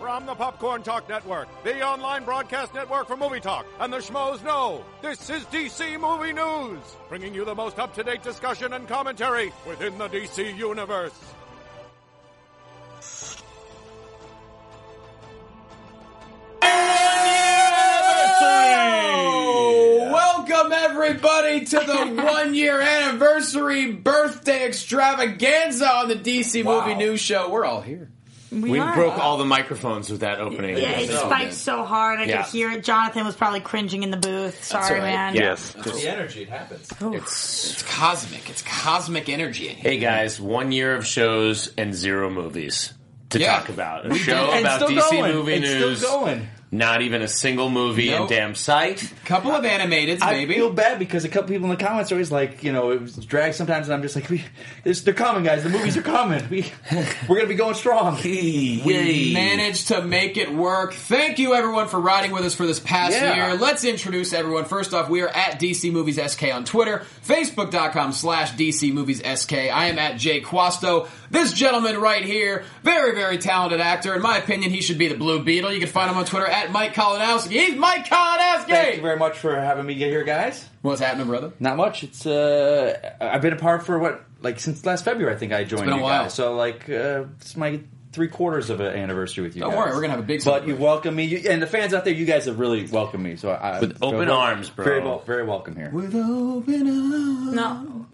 From the Popcorn Talk Network, the online broadcast network for movie talk, and the schmoes know, this is DC Movie News, bringing you the most up-to-date discussion and commentary within the DC Universe. Welcome everybody to the one year anniversary birthday extravaganza on the DC Movie News Show. We're all here. We, broke all the microphones with that opening. Yeah, it spiked so hard I Yeah. could hear it. Jonathan was probably cringing in the booth. Sorry, all right. man. Yes. the energy, it happens. It's cosmic. It's cosmic energy. Hey guys, one year of shows and zero movies to Yeah. talk about. A show about still DC going. movie It's news. still going. Not even a single movie Nope. in damn sight. Couple of animateds, I feel maybe. bad because a couple people in the comments are always like, you know, it was drag sometimes, and I'm just like, we, this, they're coming, guys. The movies are coming. We, we're gonna be going strong. We managed to make it work. Thank you, everyone, for riding with us for this past Yeah. year. Let's introduce everyone. First off, we are at DC Movies SK on Twitter, Facebook.com slash DC Movies SK. I am at Jay Quasto. This gentleman right here, very, very talented actor. In my opinion, he should be the Blue Beetle. You can find him on Twitter at Mike Kolonowski. He's Mike Kolonowski! Thank you very much for having me get here, guys. What's happening, brother? Not much. It's uh, I've been apart for what, like since last February, I think I joined been a you while. guys. So like, uh, it's my three quarters of an anniversary with you. Don't guys. worry, we're gonna have a big But you celebration. welcome me, you, and the fans out there, you guys have really welcomed me. So I With feel open wel- arms, bro. Very, wel- very welcome here. No.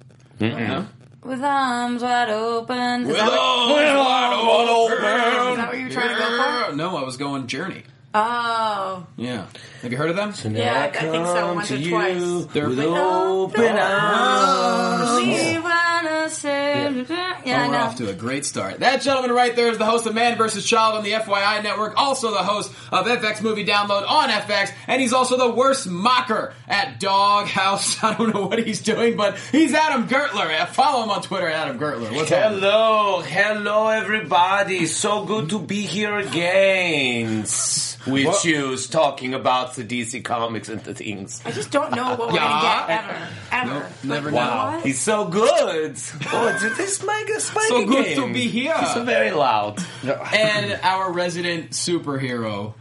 With arms wide open. Is, that, what, is that what you were trying to go for? No, I was going Journey. Oh. Yeah. Have you heard of them? Yeah, I, I think so. Once or twice. They're Open arms. We wanna say. Yeah, Oh, I we're know. off to a great start. That gentleman right there is the host of Man vs. Child on the FYI Network, also the host of FX Movie Download on FX, and he's also the worst mocker at Doghouse. I don't know what he's doing, but he's Adam Gertler. Uh, Follow him on Twitter, Adam Gertler. What's up? Hello, hello everybody. So good to be here again. With you talking about the DC comics and the things. I just don't know what we're Yeah. gonna get ever. Ever. Nope, never Like, know. what? He's so good. Oh, did this make a spike So good again? to be here. He's so very loud. And our resident superhero.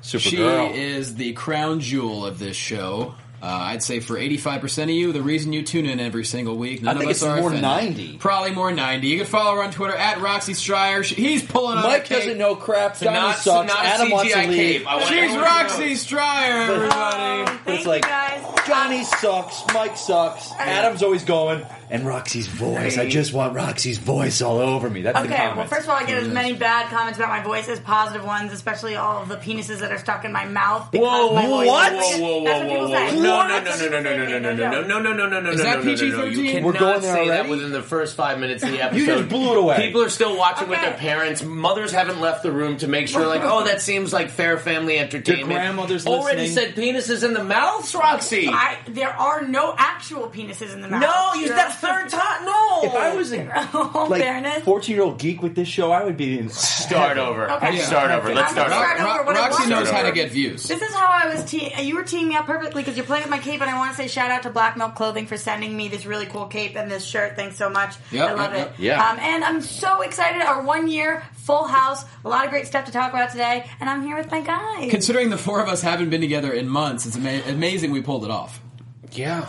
She Supergirl. is the crown jewel of this show. Uh, I'd say for 85% of you, the reason you tune in every single week, none I think of us it's are more offended. 90. Probably more 90. You can follow her on Twitter at Roxy Stryer. She, he's pulling out Mike the cake. doesn't know crap. Donnie not- sucks. not Adam wants to CGI leave. cave. I want She's everyone to Roxy know. Stryer, everybody. Oh, thank It's like- you guys. Johnny sucks. Mike sucks. Adam's always going. And Roxy's voice. I just want Roxy's voice all over me. That's the Okay, comment. well, first of all, I get as many bad comments about my voice as positive ones, especially all of the penises that are stuck in my mouth. because Whoa, my voice- what? That's Whoa, whoa, what whoa, people whoa, whoa. say. That's No, no, no, what no, no, people no, no, say. no, no, no, no, no, no, no, no, Is that no, no, no, no. PG-13? You We're cannot going there say that already? within the first five minutes of the episode. You just blew it away. People are still watching with their Okay. parents. Mothers haven't left the room to make sure, like, oh, that seems like fair family entertainment. grandmother's already listening. said penises in the mouths, Roxy. I, there are no actual penises in the mouth. no, you You're- that third time. No. if I was a Oh, like fairness. 14 year old geek with this show, I would be in. start over. Okay. Start over. Let's start Ro- over. Start over Ro- when I Roxy watch knows it. how to get views. This is how I was. Te- you were teeing me up perfectly because you're playing with my cape, and I want to say shout out to Black Milk Clothing for sending me this really cool cape and this shirt. Thanks so much. Yep, I love yep, yep. it. Yeah. Um, and I'm so excited. Our one year full house, a lot of great stuff to talk about today, and I'm here with my guys. Considering the four of us haven't been together in months, it's ama- amazing we pulled it off. Yeah.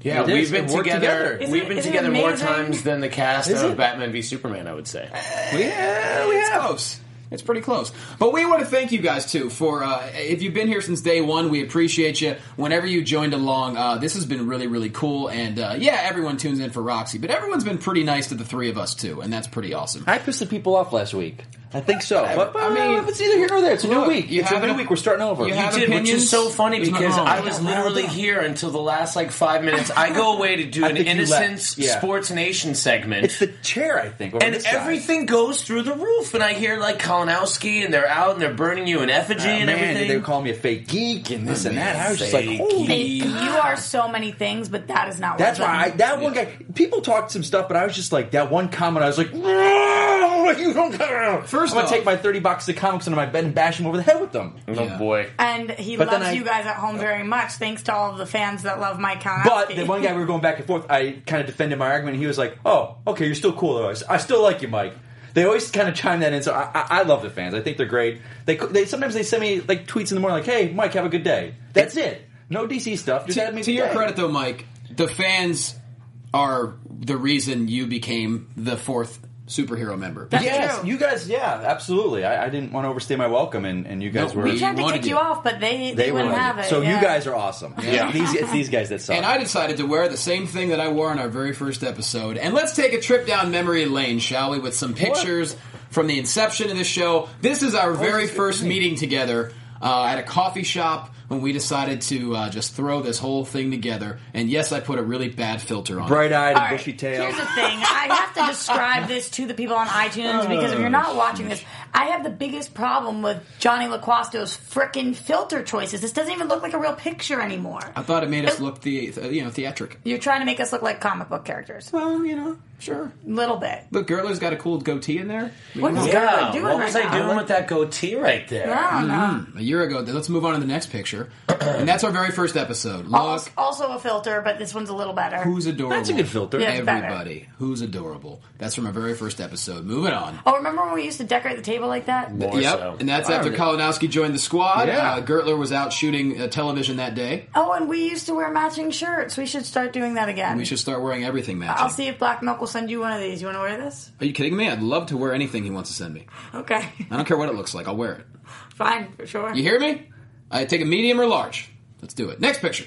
Yeah, It is. we've been It worked together. together. Isn't We've it- been isn't it together more amazing? times than the cast Is of it? Batman v Superman. I would say. Oh, Yeah, we It's have. close. It's pretty close. But we want to thank you guys too for uh, if you've been here since day one. We appreciate you. Whenever you joined along, uh, this has been really really cool. And uh, yeah, everyone tunes in for Roxy, but everyone's been pretty nice to the three of us too, and that's pretty awesome. I pissed some people off last week. I think so. But, I I mean- mean, it's either here or there. It's a new Look, week. you It's have a new an- week. We're starting over. you You have did, which is opinions? so funny There's nothing because wrong with I that. was literally here until the last like five minutes. I go away to do I an think you Innocence left. Yeah. Sports Nation segment. It's the chair, I think. Over and this side. everything goes through the roof, and I hear like Kalinowski, and they're out and they're burning you in Oh, effigy and man, everything. they would call me a fake geek and this and that. I was just like, Fake holy. Hey, you are so many things, but that is not. That's one of why I, them. that one guy. People talked some stuff, but I was just like that one comment. I was like, no, you don't. First I'm gonna off- take my thirty boxes of comics into my bed and bash them over the head with them. oh Yeah. boy! And he But then loves I- you guys at home very much, thanks to all of the fans that love Mike Kalinowski. But the one guy we were going back and forth, I kind of defended my argument. and He was like, "Oh, okay, you're still cool though. I s- I still like you, Mike." They always kind of chime that in. So I, I, I love the fans. I think they're great. They, co- they sometimes they send me like tweets in the morning, like, "Hey, Mike, have a good day." That's it. No DC stuff. Just had to, me to your credit though, Mike, the fans are the reason you became the fourth superhero member. That's Yes, true. you guys. Yeah, absolutely. I, I didn't want to overstay my welcome, and, and you guys No, were. we we tried to wanted kick you you. off, but they they, wouldn't were- have it. So yeah. you guys are awesome. Yeah. these, it's these guys that suck. And I decided to wear the same thing that I wore on our very first episode. And let's take a trip down memory lane, shall we, with some pictures from the inception of the show. This is our very first meeting together uh, at a coffee shop when we decided to uh, just throw this whole thing together. And yes, I put a really bad filter on. it. bright eyed and All right, bushy tail. Here's the thing. I have to describe this to the people on iTunes because if you're not watching this, I have the biggest problem with Johnny LaQuasto's frickin' filter choices. This doesn't even look like a real picture anymore. I thought it made us look the you know theatric. You're trying to make us look like comic book characters. A Well, you know, sure. little bit. But Gertler's got a cool goatee in there. What is Yeah, Gertler doing what right was now? I doing with that goatee right there? I don't know. A year ago. Let's move on to the next picture, and that's our very first episode. Look, Als- Also a filter, but this one's a little better. Who's adorable? That's a good filter. Yeah, it's better. Everybody. Who's adorable? That's from our very first episode. Moving on. oh, remember when we used to decorate the table like that? More yep. so. And that's after Kalinowski joined the squad. Yeah. Uh, Gertler was out shooting uh, television that day. Oh, and we used to wear matching shirts. We should start doing that again. We should start wearing everything matching. I'll see if Black Milk will send you one of these. You want to wear this? Are you kidding me? I'd love to wear anything he wants to send me. Okay, I don't care what it looks like. I'll wear it. fine, for sure. You hear me? I take a medium or large. Let's do it. Next picture.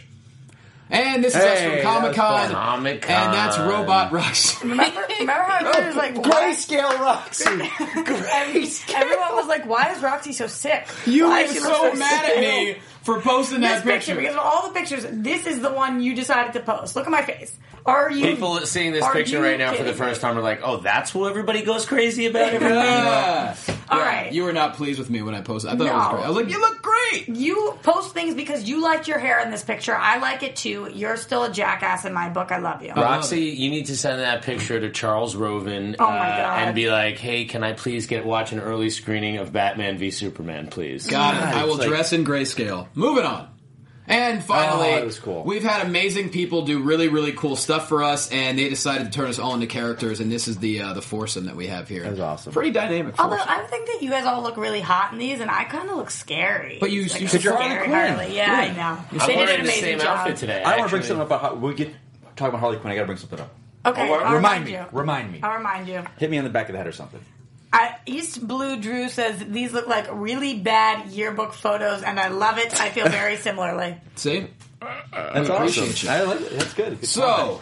And this is us Hey, from that was Comic Con. fun. Comic-Con. And that's Robot Roxy. Remember, remember how everybody was like, why? Grayscale Roxy. Grayscale. Everyone was like, why is Roxy so sick? You why were is she so so mad sick?" at me for posting This that picture, because of all the pictures, this is the one you decided to post. Look at my face. Are you People seeing this are picture you right now for the kidding first me? time are like, "Oh, that's what everybody goes crazy about." Everybody. Yeah. All Uh, Yeah, right, You were not pleased with me when I posted. I thought it was No. great. I was like, you look great. You post things because you liked your hair in this picture. I like it too. You're still a jackass in my book. I love you. Roxy, you need to send that picture to Charles Roven Oh my uh, God. and be like, "Hey, can I please get watch an early screening of Batman v Superman, please?" Mm-hmm. Got it. I will like- dress in grayscale. Moving on. And finally, Oh, that was cool. we've had amazing people do really, really cool stuff for us, and they decided to turn us all into characters. And this is the uh, the foursome that we have here. That's was awesome. Pretty dynamic. Although foursome. I think that you guys all look really hot in these, and I kind of look scary. But you- like, you I'm should- you're scary Harley Quinn. Harley. Yeah, I know. I'm they I'm did an wearing the amazing same job. outfit today. I want to bring actually. something up about how we get talking about Harley Quinn. I got to bring something up. Okay, Oh, I'll remind me. you. Remind me. I'll remind you. Hit me on the back of the head or something. I, East Blue Drew says these look like really bad yearbook photos, and I love it. I feel very similarly. See? Uh, That's appreciate awesome. you. I like it. That's good. Good So, content.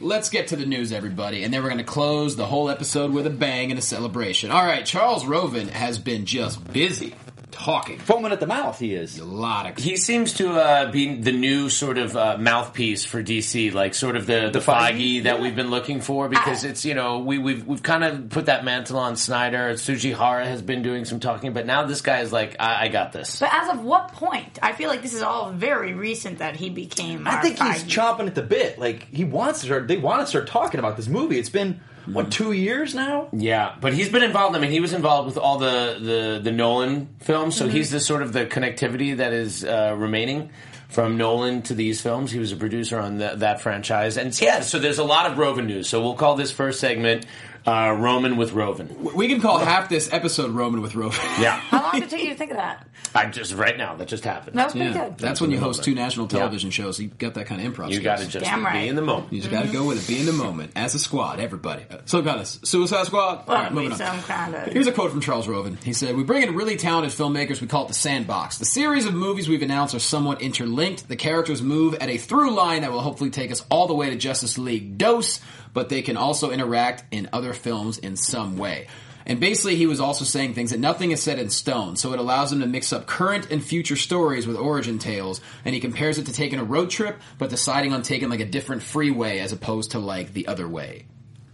let's get to the news, everybody, and then we're going to close the whole episode with a bang and a celebration. All right, Charles Roven has been just busy talking. foaming at the mouth, he is. A lot of He seems to uh, be the new sort of uh, mouthpiece for DC, like sort of the the, Foggy that we've been looking for, because it's you know we we've we've kind of put that mantle on Snyder. Sujihara has been doing some talking, but now this guy is like, I, I got this. But as of what point? I feel like this is all very recent that he became. I our think he's Feige. chomping at the bit. Like he wants to start. They want to start talking about this movie. It's been Mm. what two years now? Yeah, but he's been involved. I mean, he was involved with all the the, the Nolan films, so Mm-hmm. he's the sort of the connectivity that is uh, remaining from Nolan to these films. He was a producer on the, that franchise, and yeah, so there's a lot of Roven news. So we'll call this first segment Uh, Roman with Roven. We can call half this episode Roman with Rover. Yeah, How long did it take you to think of that? I just right now that just happened. That was pretty Yeah, good. that's when you host two national Yeah. television shows. You got that kind of improv. you skills. got to just Damn right. be in the You moment. just got to go with it. Be in the moment as a squad, everybody. Uh, So got us Suicide Squad. Well, All right, moving we on. some kind of- Here's a quote from Charles Roven. He said, "We bring in really talented filmmakers. We call it the sandbox. The series of movies we've announced are somewhat interlinked. The characters move at a through line that will hopefully take us all the way to Justice League Dose, but they can also interact in other films in some way." And basically, he was also saying things that nothing is set in stone, so it allows him to mix up current and future stories with origin tales. And he compares it to taking a road trip, but deciding on taking like a different freeway as opposed to like the other way,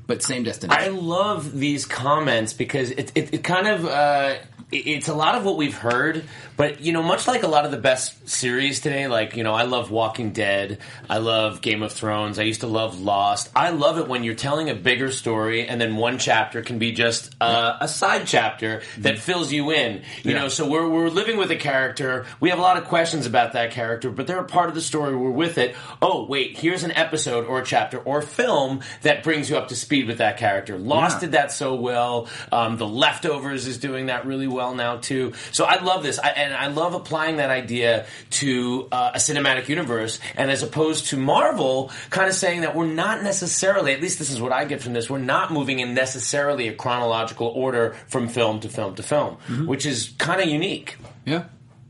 but same I destination. love these comments because it, it, it kind of uh, it- it's a lot of what we've heard, but you know, much like a lot of the best series today, like you know, I love Walking Dead, I love Game of Thrones, I used to love Lost. I love it when you're telling a bigger story and then one chapter can be just uh, a side chapter that fills you in. You know, so we're we're living with a character. We have a lot of questions about that character, but they're a part of the story. We're with it. Oh, wait, here's an episode or a chapter or film that brings you up to speed with that character. Lost Yeah. did that so well. Um, the Leftovers is doing that really well now too. So I love this, I, and I love applying that idea to uh, a cinematic universe, and as opposed to Marvel, kind of saying that we're not necessarily. At least this is what I get from this. We're not moving in necessarily a chronological order from film to film to film, which is kind of unique. yeah.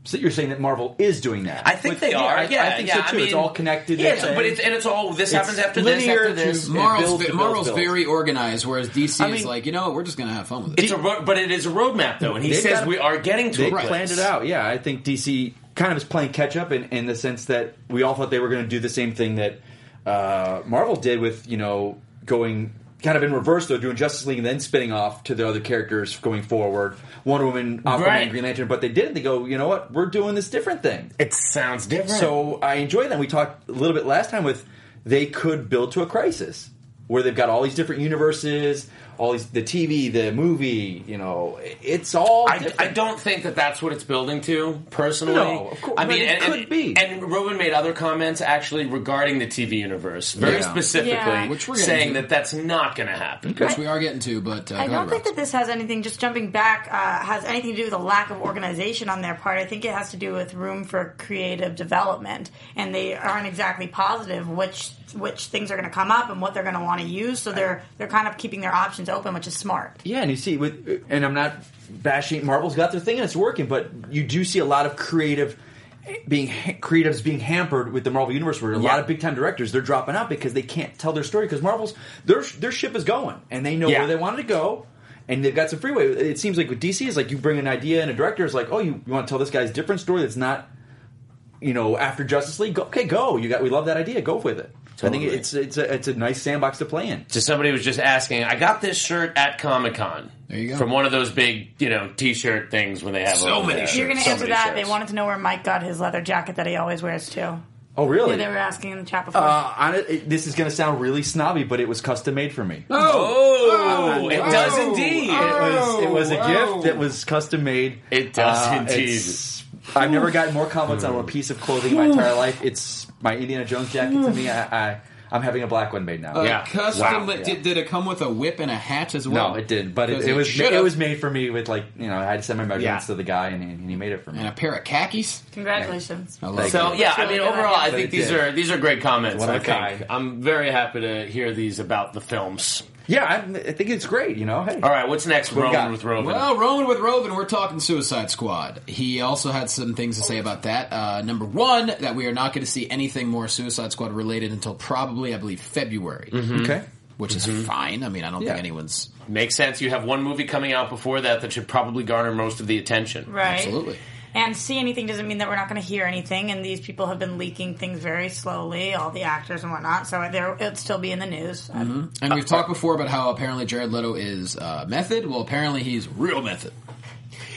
So you're saying that Marvel is doing that? I think But, they are. I, yeah, I think yeah, so too. it's mean, all connected. Yeah, in it's- a- but it's, and it's all this it's happens after this, linear after this. to- it Marvel's, builds to build, Marvel's builds. very organized, whereas DC I is mean- like, you know what, we're just going to have fun with it. It's a road, but it is a roadmap though, and he They've says got- we are getting to They a place. planned it out. Yeah, I think DC kind of is playing catch up in, in the sense that we all thought they were going to do the same thing that uh, Marvel did with you know going kind of in reverse though, doing Justice League and then spinning off to the other characters going forward, Wonder Woman, Aquaman, Right. Green Lantern. But they didn't. They go, you know what? We're doing this different thing. It sounds different. So I enjoy that. We talked a little bit last time with they could build to a crisis where they've got all these different universes, all these the TV, the movie. You know, it's all. I, different. I don't think that that's what it's building to personally. No, of course, I mean, but it and, could and, be. And Roman made other comments actually regarding the TV universe, very Yeah. specifically, Yeah. Which we're getting saying to. that that's not going to happen. Which we are getting to, but uh, I go don't ahead, think Rob. that this has anything. Just jumping back, uh, has anything to do with a lack of organization on their part. I think it has to do with room for creative development, and they aren't exactly positive which which things are going to come up and what they're going to want to use. So they're they're kind of keeping their options open, which is smart. Yeah, and you see, with and I'm not bashing. Marvel's got their thing and it's working, but you do see a lot of creative being creatives being hampered with the Marvel universe, where a lot of big time directors they're dropping out because they can't tell their story because Marvel's their their ship is going and they know Yeah. where they wanted to go. And they've got some freeway. It seems like with DC is like you bring an idea and a director is like, oh, you, you want to tell this guy's different story that's not, you know, after Justice League. Go, okay, go. You got we love that idea. Go with it. I Totally. think it's it's a, it's a nice sandbox to play in. to somebody who was just asking, I got this shirt at Comic Con. There you go. From one of those big, you know, T-shirt things when they have So over many there. shirts. You're going to So answer many that. shirts. They wanted to know where Mike got his leather jacket that he always wears too. Yeah, Oh, really? they were asking in the chat before. Uh, on it, it- this is going to sound really snobby, but it was custom made for me. Oh, it wow. does indeed. Oh, it was it was a wow. gift that was custom made. Uh, It does indeed. it's- I've never gotten more compliments on a piece of clothing in my entire life. It's my Indiana Jones jacket to me. I, I I'm having a black one made now. Uh, Yeah. Custom. Wow. did, did it come with a whip and a hatch as well? No, it did, but it, 'Cause it was should've. it was made for me with like you know I had to send my measurements Yeah. to the guy and, and he made it for me. and a pair of khakis. Congratulations. I love So it. yeah, I Really mean good overall, I idea. think But it these did. are these are great comments. What I a guy. think I'm very happy to hear these about the films. Yeah, I, I think it's great. You know, hey, All right, what's next? we Roman got? with Roman. Well, Roman with Roven, we're talking Suicide Squad. He also had some things to say about that. Uh, number one, that we are not going to see anything more Suicide Squad related until probably, I believe, February, okay. which is fine. I mean, I don't Mm-hmm. Yeah. think anyone's Makes sense. You have one movie coming out before that that should probably garner most of the attention. Right. absolutely. And see anything doesn't mean that we're not going to hear anything. And these people have been leaking things very slowly, all the actors and whatnot. So there, it'll still be in the news. Um, And we've talked before about how apparently Jared Leto is uh, method. Well, apparently he's real method.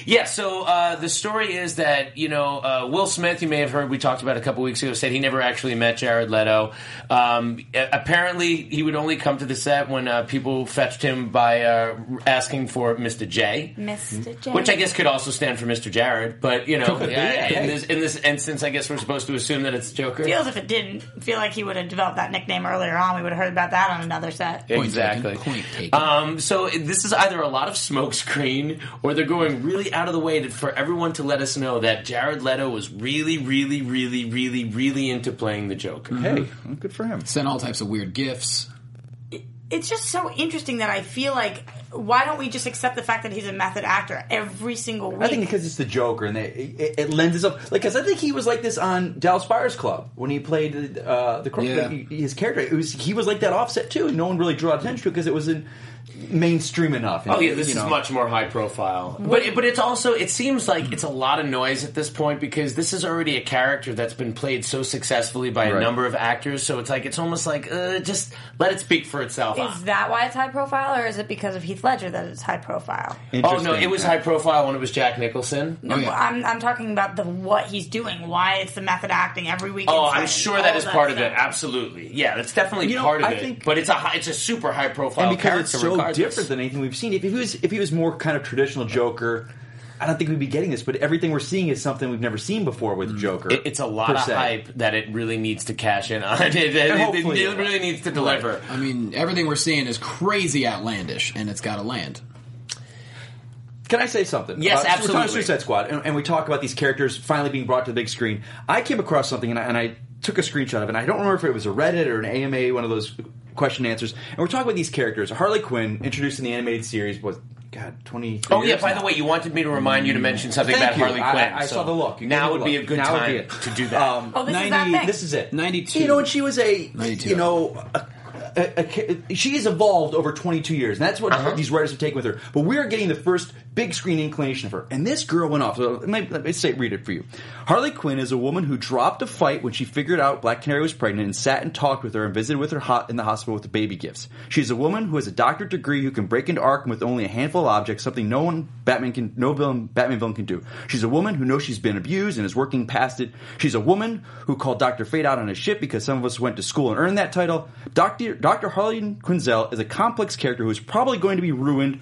Yeah, so uh, the story is that, you know, uh, Will Smith, you may have heard we talked about a couple weeks ago, said he never actually met Jared Leto. Um, a- apparently, he would only come to the set when uh, people fetched him by uh, asking for Mr. J. Mr. J. Which I guess could also stand for Mr. Jared, but you know, yeah, hey. in this in this instance, I guess we're supposed to assume that it's Joker. feels if it didn't feel like he would have developed that nickname earlier on, we would have heard about that on another set. Point exactly. taken, point taken. Um, so this is either a lot of smoke screen, or they're going really out of the way to, for everyone to let us know that Jared Leto was really, really, really, really, really into playing the Joker. Hey, well, good for him. Sent all types of weird gifts. It's just so interesting that I feel like why don't we just accept the fact that he's a method actor every single week? I think because it's the Joker, and they, it, it lends itself. Like, because I think he was like this on Dallas Buyers Club when he played uh, the cro- Yeah. like, his character. It was he was like that offset too, and no one really drew attention to it because it wasn't mainstream enough. Oh yeah, this You is know. much more high profile. But but it's also it seems like it's a lot of noise at this point because this is already a character that's been played so successfully by a Right. number of actors. So it's like it's almost like uh, just let it speak for itself. Is that why it's high profile, or is it because of Heath Ledger that it's high profile? oh no, Interesting. it was high profile when it was Jack Nicholson. No, Oh, yeah. I'm, I'm talking about the what he's doing, why it's the method acting every week. Oh, it's I'm like sure all that is part of stuff. it. Absolutely, yeah, that's definitely You know, part of I it. think- but it's a high, it's a super high profile and because character. it's so regardless. different than anything we've seen. If he was if he was more kind of traditional Joker, I don't think we'd be getting this. But everything we're seeing is something we've never seen before with Joker. Mm. It- it's a lot per of se. hype that it really needs to cash in on. It, it, it- it hopefully it will. really needs to deliver. I mean, everything we're seeing is crazy outlandish, and it's got to land. Can I say something? Yes, about, We're absolutely. talking Suicide Squad, and, and we talk about these characters finally being brought to the big screen. I came across something, and I, and I took a screenshot of it. and I don't remember if it was a Reddit or an AMA, one of those question and answers. And we're talking about these characters. Harley Quinn introduced in the animated series was God twenty. Oh yeah! By the way, you wanted me to remind you to mention something Thank about you. Harley I- Quinn. I, I so saw the look. You now gave would be me the a look. good Now would time be it. to do that. Um, Oh, this is 90 that thing. This is it. 92. You know, and she was a, 92. you know, a, a, a, ca- she's evolved over 22 years. And that's what these writers have taken with her. But we're getting the first big screen inclination of her. And this girl went off. So let me, let me say, read it for you. Harley Quinn is a woman who dropped a fight when she figured out Black Canary was pregnant and sat and talked with her and visited with her hot in the hospital with the baby gifts. She's a woman who has a doctorate degree who can break into Arkham with only a handful of objects, something no one Batman can, no villain, Batman villain can do. She's a woman who knows she's been abused and is working past it. She's a woman who called Dr. Fate out on his ship because some of us went to school and earned that title. Dr. Dr. Harley Quinzel is a complex character who is probably going to be ruined,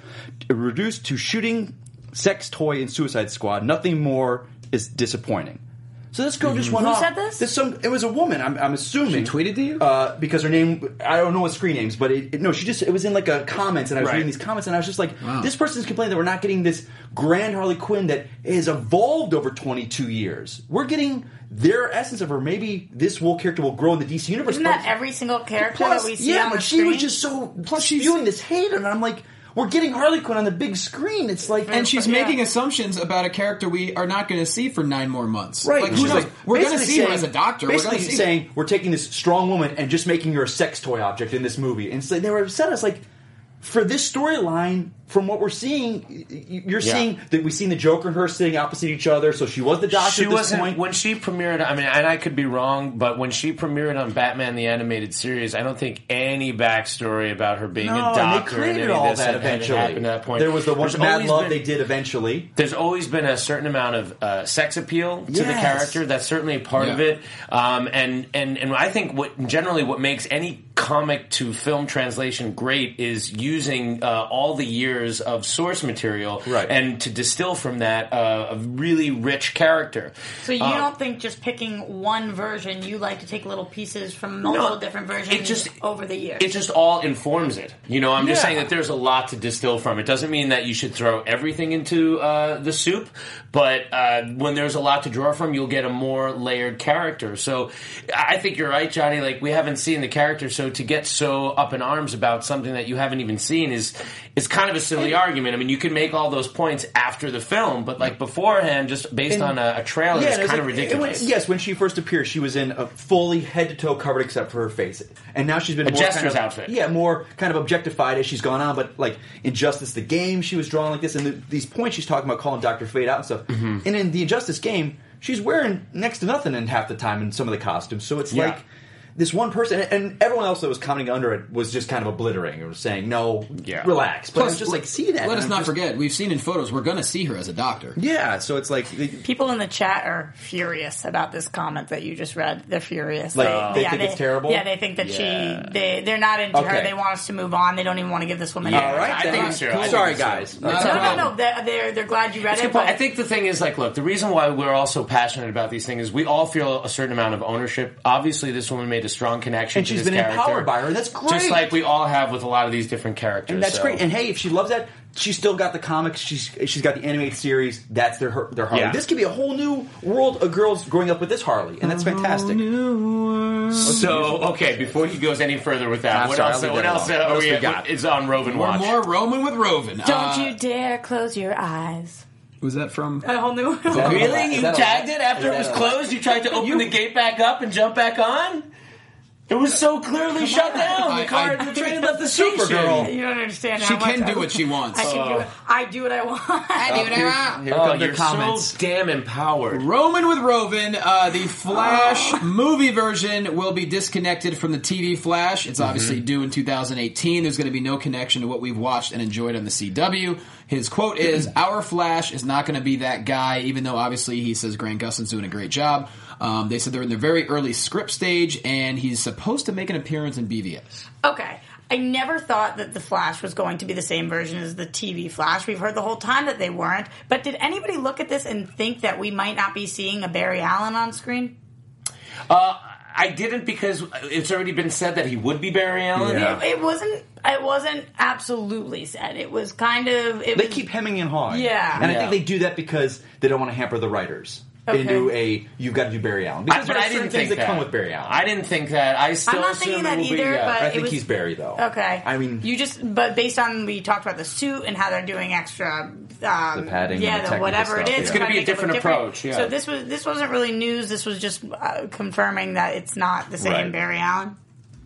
reduced to shooting, sex toy, and Suicide Squad. Nothing more is disappointing. So this girl just went Who off. said this? some, it was a woman. I'm, I'm assuming. She tweeted to you? uh, because her name. I don't know what screen names, but it, it- no, she just. It was in like a comments, and I was Right. reading these comments, and I was just like, this person's complaining that we're not getting this grand Harley Quinn that has evolved over 22 years. We're getting their essence of her. Maybe this wool character will grow in the DC universe. Isn't but- that every single character Plus, that we see yeah, on but the she screen? was just so. Plus, she's viewing this hate, and I'm like, we're getting Harley Quinn on the big screen. It's like, And she's Yeah. making assumptions about a character we are not going to see for nine more months. Right. Like, and who she's knows? like- we're going to basically see her saying- as a doctor. We're Basically going to see saying we're taking this strong woman and just making her a sex toy object in this movie. And so they were upset us like for this storyline, from what we're seeing, y- y- you're Yeah. seeing that we've seen the Joker and her sitting opposite each other. So she was the doctor she at this wasn't point. when she premiered. I mean, and I could be wrong, but when she premiered on Batman the Animated Series, I don't think any backstory about her being no, a and they doctor and created any all of this that had- had eventually. happened at that point. There was the one There's Mad always Love been- they did eventually. there's always been a certain amount of uh, sex appeal to the Yes. character. That's certainly a part of Yeah. it. Um, and and and I think what generally what makes any comic to film translation great is using uh, all the years of source material Right. and to distill from that uh, a really rich character. So you Uh, don't think just picking one version, you like to take little pieces from multiple different versions it just- over the years. it just all informs it. You know, I'm just Yeah. saying that there's a lot to distill from. It doesn't mean that you should throw everything into uh, the soup, but uh, when there's a lot to draw from, you'll get a more layered character. So I I think you're right, Johnny. Like we haven't seen the character, so to get so up in arms about something that you haven't even seen is is kind of a silly argument. I mean, you can make all those points after the film, but like beforehand, just based on a, a trailer, Yeah, is and it kind of was like- it ridiculous. was- yes, when she first appeared, she was in a fully head to toe covered except for her face, and now she's been A more jester's kind of, outfit. Yeah, more kind of objectified as she's gone on. But like in Justice, the game, she was drawn like this, and the, these points she's talking about calling Doctor Fate out and stuff. Mm-hmm. And in the Injustice game, she's wearing next to nothing in half the time in some of the costumes. So it's Yeah. like this one person and everyone else that was commenting under it was just kind of obliterating or saying no Yeah. relax but I was Plus, just like see that Let and us I'm not just- forget, we've seen in photos, we're going to see her as a doctor. yeah so it's like the, People in the chat are furious about this comment that you just read. They're furious. Like, they think it's terrible? Yeah, they think that Yeah. she. They they're not into her. Okay. They want us to move on. They don't even want to give this woman. Yeah, a all right I then. think it's true. I think sorry it's true. guys Not a No, no, problem. no. They're they're, they're glad you read It's it. good point. but- I think the thing is, like, look, the reason why we're all so passionate about these things is we all feel a certain amount of ownership. Obviously, this woman made a strong connection And to she's this been character. empowered by her. That's great. Just like we all have with a lot of these different characters. And that's so- great. And hey, if she loves that, she's still got the comics. She's she's got the animated series. That's their her, their Harley. Yeah. This could be a whole new world of girls growing up with this Harley, and that's fantastic. so, okay, before he goes any further with that, I'm what sorry, else, I'll leave what that else alone. uh, What are else we, we got? It's on Roven We're Watch. more Roman Uh, with Roven. Don't you Oh, dare close your eyes. Was that from? A whole new. Is Really? You that a- tagged it after is it was that a- closed? You tried to open the gate back up and jump back on? It was so clearly shut down. I- The car, I- the train left the Supergirl. station. You don't understand. She how much can I- do what she wants. I can do. I do what I want. I Uh, do Here Oh, come the you're comments. so damn empowered. Roman with Roven, uh, the Ah. Flash movie version will be disconnected from the TV Flash. It's obviously Mm-hmm. due in 2018. There's going to be no connection to what we've watched and enjoyed on the CW. His quote is, Mm-hmm. "Our Flash is not going to be that guy," even though obviously he says Grant Gustin's doing a great job. Um, they said they're in the very early script stage, and he's supposed to make an appearance in BVS. Okay. I never thought that the Flash was going to be the same version as the TV Flash. We've heard the whole time that they weren't. But did anybody look at this and think that we might not be seeing a Barry Allen on screen? Uh, I didn't because it's already been said that he would be Barry Allen. Yeah. It wasn't. It wasn't absolutely said. It was kind of. It They was, keep hemming and hawing. Yeah. and I Yeah. think they do that because they don't want to hamper the writers Okay. into a you've got to do Barry Allen I, because but there are I certain didn't things think that, that. come with Barry Allen. I didn't think that. I still I'm not assume thinking it that will be, either, yeah. but- I it think was- he's Barry though. Okay. I mean, you just but based on we talked about the suit and how they're doing extra um, The padding yeah, and the the technical whatever it stuff, is. yeah. It's to gonna try be a make it look different approach, yeah. So this was this wasn't really news. This was just uh, confirming that it's not the same Right. Barry Allen.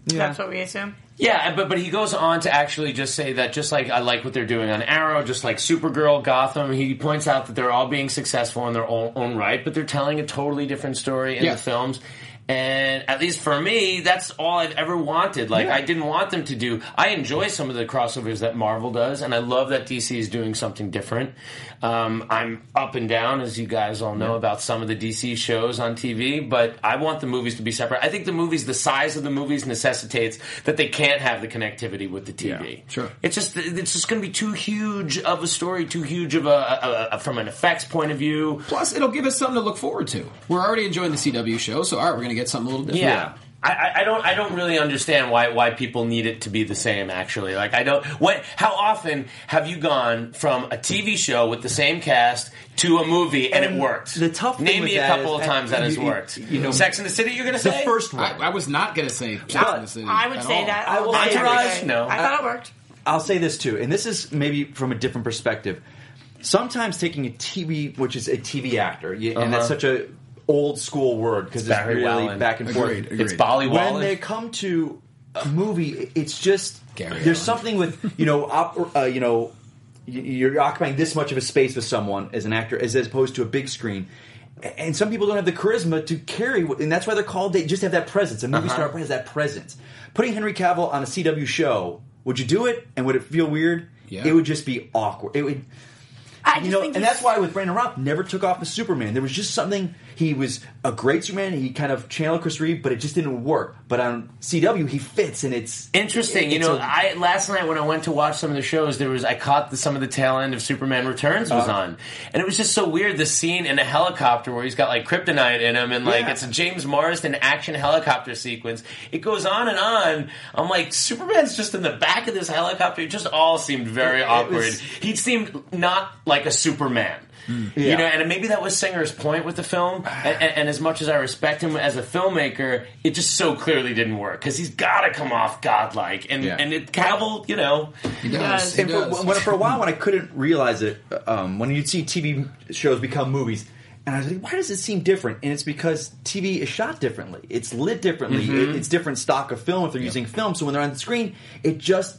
That's what we assume. Yeah, but but he goes on to actually just say that just like I like what they're doing on Arrow, just like Supergirl, Gotham, he points out that they're all being successful in their own, own right, but they're telling a totally different story in Yeah. the films. And at least for me, that's all I've ever wanted. Like I didn't want them to do. I enjoy some of the crossovers that Marvel does, and I love that DC is doing something different. Um, I'm up and down, as you guys all know, about some of the DC shows on TV, but I want the movies to be separate. I think the movies, the size of the movies, necessitates that they can't have the connectivity with the TV. sure. It's just it's just going to be too huge of a story, too huge of a, a, a from an effects point of view. Plus, it'll give us something to look forward to. We're already enjoying the CW show, so all right, we're going to get something a little different. Yeah. I- I, I don't. I don't really understand why why people need it to be the same. Actually, like I don't. What? How often have you gone from a TV show with the same cast to a movie and, it And worked? the tough thing Name with me a that couple is- of times that you- has you- worked. you know- Sex in the City. You're gonna the say first one. I, I was not going to say Sex in the City. I would at say all. that. I will all day, say every this. day. No. I thought it worked. I'll say this too, and this is maybe from a different perspective. Sometimes taking a TV, which is a TV actor, you, and that's such a old school word because it's, Uh-huh. Barry really Wallin. back and Agreed, forth. agreed. it's Bolly When Wallin. they come to a movie, it's just Gary Oldman. there's something with you know op, uh, you know y- you're occupying this much of a space with someone as an actor as, as opposed to a big screen. A- And some people don't have the charisma to carry, what- and that's why they're called. They just have that presence. A movie Uh-huh. star has that presence. Putting Henry Cavill on a CW show, would you do it? And would it feel weird? Yeah. It would just be awkward. It would I just you know, think and he's- that's why with Brandon Roth never took off as Superman. There was just something he was a great Superman. He kind of channeled Chris Reeve, but it just didn't work. But on CW, he fits, and it's Interesting. You it's know, a- I last night when I went to watch some of the shows, there was I caught the, some of the tail end of Superman Returns was on, and it was just so weird. The scene in a helicopter where he's got like kryptonite in him, and like Yeah. it's a James Marsden action helicopter sequence. It goes on and on. I'm like, Superman's just in the back of this helicopter. It just all seemed very It- it awkward. was- he seemed not like a Superman. You Yeah. know, and maybe that was Singer's point with the film. And, and, and as much as I respect him as a filmmaker, it just so clearly didn't work because he's got to come off godlike. And Yeah. and it Cavill, you know, He does. He and for, does. when, for a while when I couldn't realize it, um, when you'd see TV shows become movies, and I was like, why does it seem different? And it's because TV is shot differently. It's lit differently. It- it's different stock of film if they're using film. So when they're on the screen, it just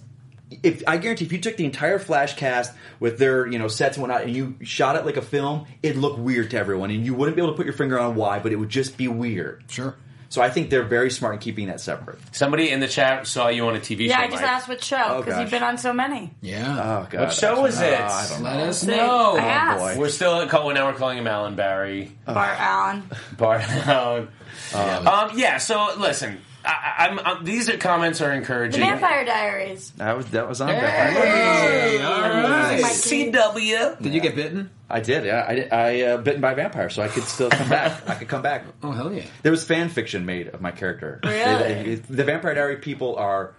if I guarantee if you took the entire Flash cast with their you know sets and whatnot and you shot it like a film, it'd look weird to everyone, and you wouldn't be able to put your finger on why, but it would just be weird. Sure. So I think they're very smart in keeping that separate. Somebody in the chat saw you on a TV Yeah, show. I just Mike. asked what show Oh, because gosh. you've been on so many. Yeah. Oh god. What show is it? I don't know. Let us They- know. I asked. Oh, boy. We're still at Cohen. Now we're calling him Alan Barry. Bart Allen. Bar. um, yeah. So listen, I, I- I'm, i these are comments are The encouraging. Vampire Diaries. That was that was on. Hey, all right. CW. Did you get bitten? I did. Yeah, I did. I uh, bitten by a vampire, so I could still come back. I could come back. Oh hell yeah! There was fan fiction made of my character. Really? The, the Vampire Diary people are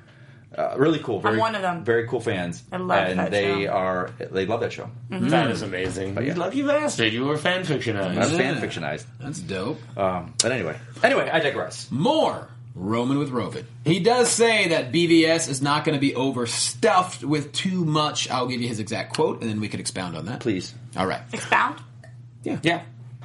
uh, really cool. Very, one of them. Very cool fans. I love and that they show. are they love that show. That is amazing. yeah. You lucky bastard. You were fan I was Mm-hmm. fictionized. fan fictionized. That's dope. Um, but anyway, anyway, I digress. More Roman with Rovid. He does say that BVS is not going to be overstuffed with too much. I'll give you his exact quote, and then we could expound on that. Please. All right. Expound. Yeah. Yeah.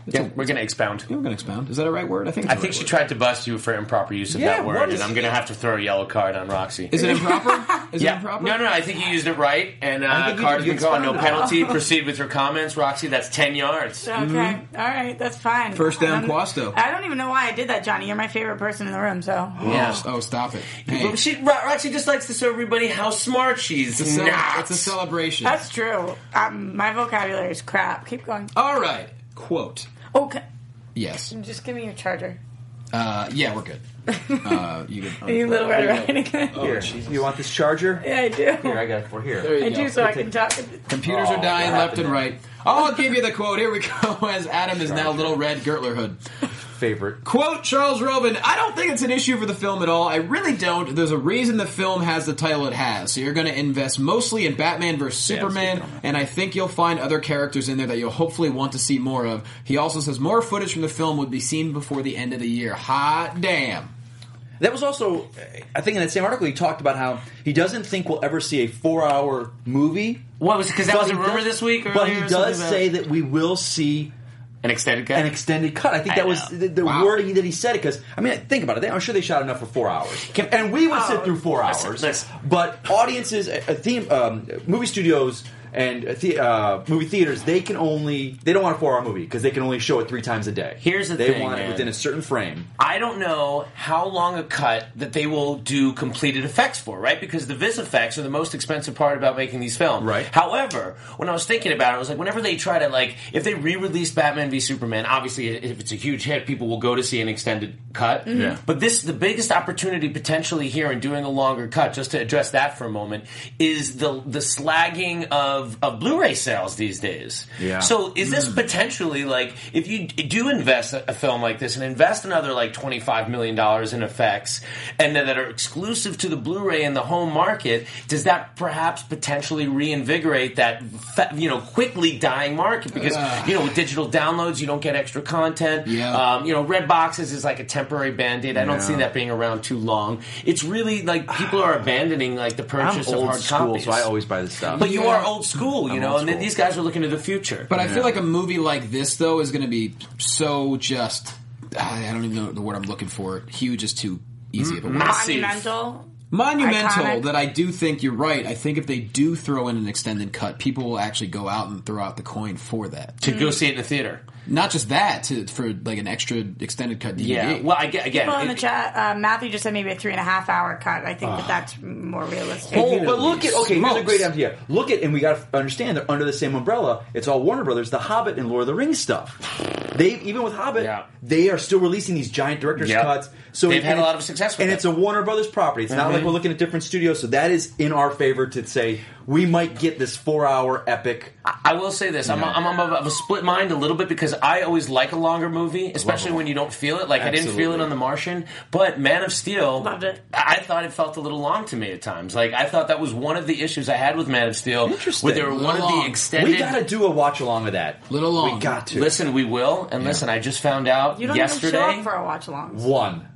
Yeah. We're gonna expound. We're going to expound. Is that a right word? I think. It's I the think right she word. tried to bust you for improper use of Yeah, that what word, is- and I'm gonna have to throw a yellow card on Roxy. Is it improper? Is it yeah. improper? No, no, no, I think you used it right, and I uh, think you- card has you been called. No expounded on it. penalty. Proceed with your comments, Roxy. That's ten yards. Okay. Mm-hmm. All right. That's fine. First down, I'm- Quasto. I don't even know why I did that, Johnny. You're my favorite person in the room, so. Yeah. Oh, stop it. Hey, Well, it's, She, Ro- Roxy just likes to show everybody how smart she's. a cel- not. it's a celebration. That's true. Um, my vocabulary is crap. Keep going. All right. Quote. Okay. Yes. Just give me your charger. Uh, yeah, we're good. Uh, you can, You little red riding hood. Here, you want this charger? Yeah, I Here, I do. got it for here. I do, so I can talk. Computers Oh, are dying what left happened and right. I'll give you the quote. Here we go. As Adam is now little red Gertler hood. Favorite. Quote Charles Robin, I don't think it's an issue for the film at all. I really don't. There's a reason the film has the title it has. So you're going to invest mostly in Batman vs. Superman, Superman. and I think you'll find other characters in there that you'll hopefully want to see more of. He also says more footage from the film would be seen before the end of the year. Hot damn. That was also, I think, in that same article, he talked about how he doesn't think we'll ever see a four-hour movie. What was because that But was a he rumor does- this week? But earlier he or does something about- say that we will see an extended cut. an extended cut. I think I that was know. the, the Wow. wording that he said it because I mean, think about it. They- I'm sure they shot enough for four hours, and we would sit through four Oh, Listen, hours. listen. But audiences, uh, theme, um, movie studios, and uh, the, uh, movie theaters, they can only they don't want a four hour movie because they can only show it three times a day. Here's the they thing, want man. it within a certain frame. I don't know how long a cut that they will do completed effects for, right? Because the vis effects are the most expensive part about making these films. Right. However, when I was thinking about it, I was like, whenever they try to like, if they re-release Batman v Superman, obviously if it's a huge hit, people will go to see an extended cut. Mm-hmm. Yeah. But this, the biggest opportunity potentially here in doing a longer cut, just to address that for a moment, is the the slagging of of Blu-ray sales these days. Yeah. So is this Hmm. potentially like if you d- do invest a a film like this and invest another like twenty five million dollars in effects and then that are exclusive to the Blu-ray and the home market? Does that perhaps potentially reinvigorate that fa- you know quickly dying market because you know with digital downloads you don't get extra content. Yeah. Um, you know, red boxes is like a temporary band-aid. I don't see that being around too long. It's really like people are abandoning like the I'm purchase of old hard school, copies. so I always buy this stuff. But you Yeah. are old school, you I'm know, old and then school. these guys are looking to the future. But I feel like a movie like this though is going to be so just I I don't even know the word I'm looking for. Huge is too easy of a word. Massive. Monumental. monumental Iconic. that I do think you're right. I think if they do throw in an extended cut, people will actually go out and throw out the coin for that. Mm. to go see it in the theater. Not just that, to, for like an extra extended cut DVD. Yeah. Well, I, get- again, Well, in the it- Ah. chat, uh, Matthew just said maybe a three and a half hour cut. I think that that's more realistic. Oh, but look at okay. Here's a smokes. great idea. Look at and we got to understand they're under the same umbrella. It's all Warner Brothers, The Hobbit, and Lord of the Rings stuff. They even with Hobbit, Yeah. they are still releasing these giant director's Yep. cuts. So They've and had a it- lot of success with and it. it's a Warner Brothers property. It's not like we're looking at different studios. So that is in our favor to say we might get this four-hour epic. I will say this: I'm, I'm, I'm of, a- of a split mind a little bit because I always like a longer movie, especially when you don't feel it. Like I didn't feel it Absolutely. on The Martian, but Man of Steel, Loved it. I I thought it felt a little long to me at times. Like I thought that was one of the issues I had with Man of Steel. Interesting. Where they were Little one of long. the We extended. we got to do a watch along of that. Little long. We got to Listen, we will, and listen. I just found out you don't yesterday. even show up for a watch along. one.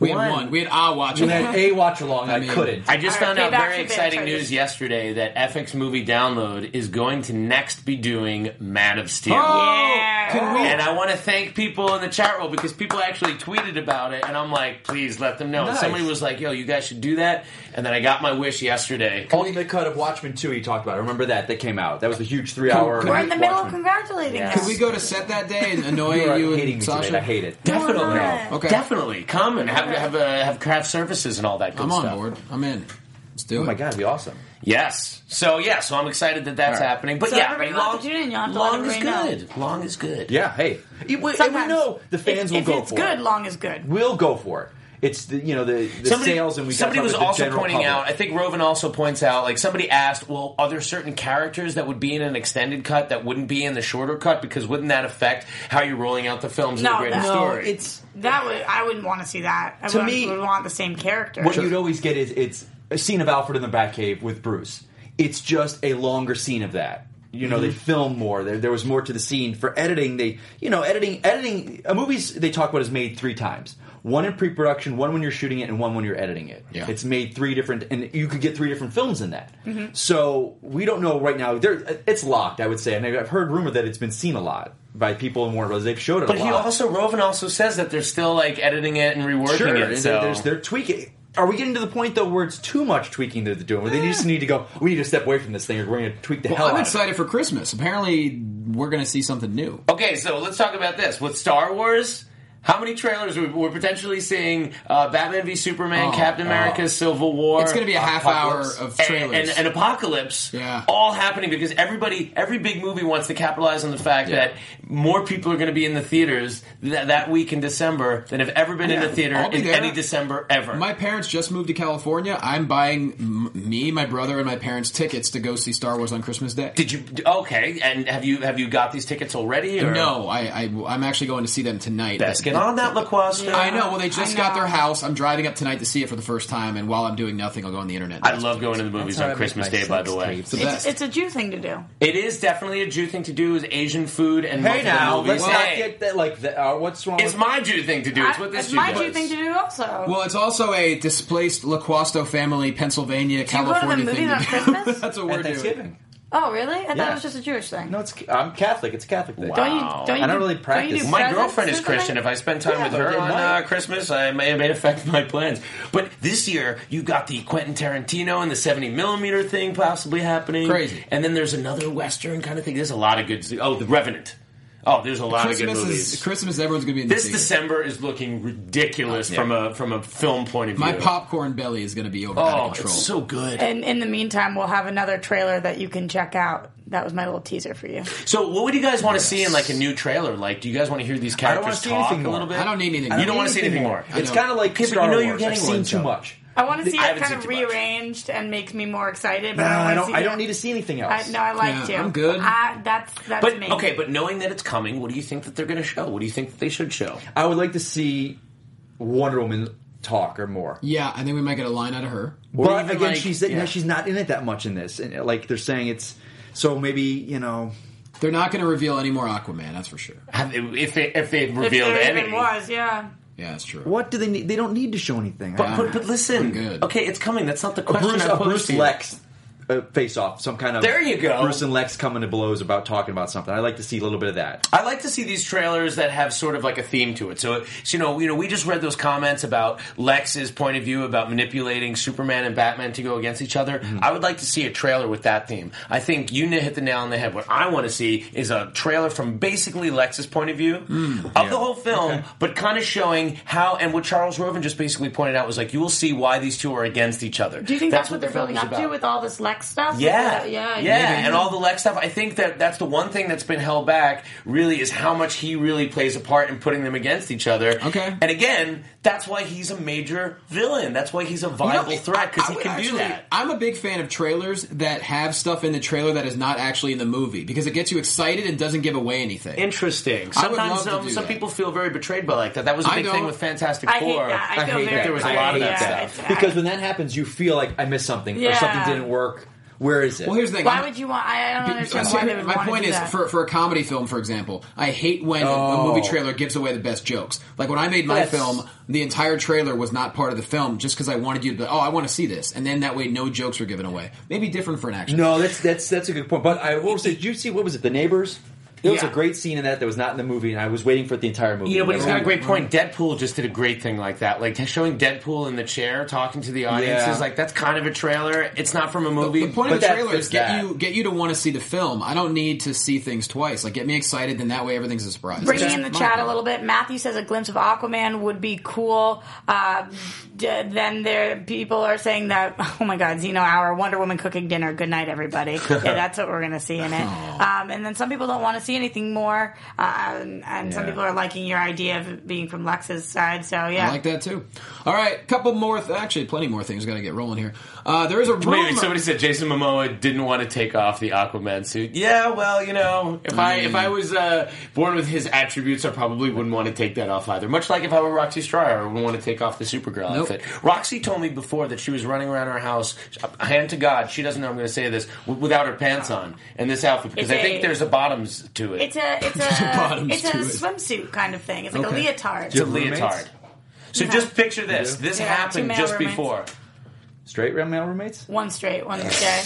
we had one. one. We had Ah Watch. We had a watch along. I, mean- couldn't. I just All right, found pay out back very your bid exciting charges. news yesterday that FX Movie Download is going to next be doing Man of Steel. Oh! Yeah. Right. Can we- And I want to thank people in the chat room because people actually tweeted about it, and I'm like, please let them know. And Nice. Somebody was like, yo, you guys should do that. And then I got my wish yesterday. Ultimate cut of Watchmen 2 he talked about. it. Remember that? That came out. That was a huge three hour. Could- We're in the middle of Watchmen. congratulating Yeah. them. Could we go to set that day and annoy You you, are hating and me Sasha? today. I hate it. Definitely, Why not? Okay. definitely come and have have uh, have craft services and all that. Good I'm stuff. on board. I'm in. Let's do it. Oh my god, it'd be awesome. Yes. So yeah. So I'm excited that that's All right. happening. But So yeah, everybody I mean, will have long, to tune in. You'll have to let long is everybody know. good. Long is good. Yeah, hey. It- we- and we Sometimes. know the If- fans will if go it's for good, it. long is good. We'll go for it. It's the you know the, the sales and we somebody talk was about the also general pointing public. out. I think Roven also points out. Like somebody asked, well, are there certain characters that would be in an extended cut that wouldn't be in the shorter cut? Because wouldn't that affect how you're rolling out the films in No, the greater no, story? it's That would I wouldn't want to see that. I To would, me- would want the same character. what you'd always get is it's a scene of Alfred in the Batcave with Bruce. It's just a longer scene of that. You know, they Mm-hmm. film more. There, there was more to the scene for editing. They, you know, editing, editing a movie's they talk about is made three times. One in pre-production, one when you're shooting it, and one when you're editing it. Yeah. It's made three different, and you could get three different films in that. So we don't know right now. There, it's locked. I would say, and I've heard rumor that it's been seen a lot by people in Warner Bros. They've showed it. but a he lot. also Roven also says that they're still like editing it and reworking sure, it. and So there- there's they're tweaking. Are we getting to the point though where it's too much tweaking that they're doing? Where they just need to go. We need to step away from this thing, or we're going to tweak the hell Well, I'm out of it. excited for Christmas. Apparently, we're going to see something new. Okay, so let's talk about this with Star Wars. How many trailers we- we're potentially seeing? Uh, Batman v Superman, Oh, Captain America, Civil War. It's going to be a half Apocalypse. hour of and- trailers. and, and apocalypse. Yeah. all happening because everybody, every big movie wants to capitalize on the fact Yeah. that more people are going to be in the theaters that, that week in December than have ever been in Yeah, a theater I'll be in there. any December ever. my parents just moved to California. I'm buying m- me, my brother, and my parents tickets to go see Star Wars on Christmas Day. Did you okay? And have you have you got these tickets already? Or? No, I, I am actually going to see them tonight. Best get on that LaQuasta. I know. Well, they just I got know. their house. I'm driving up tonight to see it for the first time, and while I'm doing nothing, I'll go on the internet. I love going to the movies how I on make Christmas my Day. By sex the way, tapes. It's the it's, best. it's a Jew thing to do. It is definitely a Jew thing to do is Asian food and Hey multiple now, movies. let's not Hey, get that. Like, the, uh, what's wrong? it's with my Jew thing to do. It's what this That's Jew my does. Jew thing to do also. well, it's also a displaced LaQuasto family, Pennsylvania, you go to the California movies thing. on do. Christmas? That's what at we're doing. Thanksgiving? oh, really? I thought Yeah. it was just a Jewish thing. No, it's I'm Catholic. It's a Catholic thing. don't you, Wow. don't you I don't do- really don't you do practice. My presents girlfriend is Christmas night? Christian. If I spend time Yeah, with but her they on might. uh, Christmas, I may it may affect my plans. But this year, you got the Quentin Tarantino and the seventy millimeter thing possibly happening. Crazy. And then there's another Western kind of thing. There's a lot of good. Oh, The Revenant. Oh, there's a lot of Christmas good is movies. Christmas. Everyone's going to be in this the theater. December is looking ridiculous Yeah. from a from a film point of view. My popcorn belly is going to be over out Oh, of control. it's so good. And in the meantime, we'll have another trailer that you can check out. That was my little teaser for you. So, what would you guys want to see in like a new trailer? Like, do you guys want to hear these I don't characters wanna see talk a anything more. little bit? I don't need anything. You don't want to see anything more. It's I know. kind of like Okay, but Star you know Wars. you're I've getting seen one, too so- much. I want to see it I haven't kind of seen too much. rearranged and makes me more excited. But No, I I don't. don't. wanna I see don't it. need to see anything I, else. no, I like Yeah, to. I'm good. I, that's that's But me. okay, but knowing that it's coming, what do you think that they're going to show? What do you think that they should show? I would like to see Wonder Woman talk or more. yeah, I think we might get a line out of her. Or But even, again, like- she's yeah. she's not in it that much in this. And, like they're saying it's so maybe you know They're not going to reveal any more Aquaman. That's for sure. Have- If they, if they if revealed there any, even was, yeah. Yeah, that's true. what do they need? They don't need to show anything. But, but, but listen, good. okay, it's coming. That's not the a question. Bruce, I a posed Bruce to you. Lex uh, face off, some kind of There you go. Bruce and Lex coming to blows about talking about something. I like to see a little bit of that. I like to see these trailers that have sort of like a theme to it. So, so, you know, you know, we just read those comments about Lex's point of view about manipulating Superman and Batman to go against each other. I would like to see a trailer with that theme. I think you kn- hit the nail on the head. What I want to see is a trailer from basically Lex's point of view of the whole film, but kind of showing how and what Charles Roven just basically pointed out was like you will see why these two are against each other. Do you think that's, what the they're film building is up to about. with all this Lex stuff? Yeah, yeah, yeah, and all the Lex stuff. I think that that's the one thing that's been held back. Really, is how much he really plays a part in putting them against each other. Okay. and again, that's why he's a major villain. That's why he's a You know, viable threat I- I because he would can do actually- that. I'm a big fan of trailers that have stuff in the trailer that is not actually in the movie because it gets you excited and doesn't give away anything. Interesting. I would Sometimes love to um, do some that. people feel very betrayed by like that. That was a I big don't- thing with Fantastic I hate Four. that. I, I feel hate very that. There was a sorry. lot of that Yeah, stuff. it's- I- Because when that happens, you feel like I missed something or Yeah. something didn't work. Where is it? well, here's the thing. why I'm- would you want? I don't understand See, why they would my want point to do is that. for, for a comedy film for example i hate when a- a Oh. movie trailer gives away the best jokes like when i made my Yes. film the entire trailer was not part of the film just because i wanted you to be like, oh i want to see this and then that way no jokes were given away maybe different for an action no, that's that's that's a good point. But I will say, did you see what was it? The neighbors. There was Yeah. a great scene in that that was not in the movie, and I was waiting for it the entire movie. You know, but he's got a Everyone- great point. Deadpool just did a great thing like that, like showing Deadpool in the chair talking to the audiences. Yeah. Like that's kind of a trailer. It's not from a movie. The point But of the that trailer fits is get that. you get you to want to see the film. I don't need to see things twice. Like get me excited, then that way everything's a surprise. Bringing That's in the my chat a point. little bit, Matthew says a glimpse of Aquaman would be cool. Uh, d- then there, people are saying that. Oh my God, Xeno Hour, Wonder Woman cooking dinner. Good night, everybody. yeah, that's what we're gonna see in it. Oh. Um, and then some people don't want to see anything more, um, and some Yeah. people are liking your idea of it being from Lex's side. So yeah, I like that too. All right, couple more. Th- actually, plenty more things. Got to get rolling here. Uh, there is a rumor. Wait, wait, somebody said Jason Momoa didn't want to take off the Aquaman suit. Yeah, well, you know, if I if I was uh, born with his attributes, I probably wouldn't want to take that off either. Much like if I were Roxy Stryer, I wouldn't want to take off the Supergirl Nope. outfit. Roxy told me before that she was running around her house, hand to God, she doesn't know I'm going to say this, w- without her pants on and this outfit because It's I think a- there's a bottoms to it. it's a it's a Bottoms it's a to it. swimsuit kind of thing. It's like Okay. a leotard. It's a Roommates? leotard. So just picture this. This Yeah, two happened male just roommates. before. straight male roommates. one straight, one gay.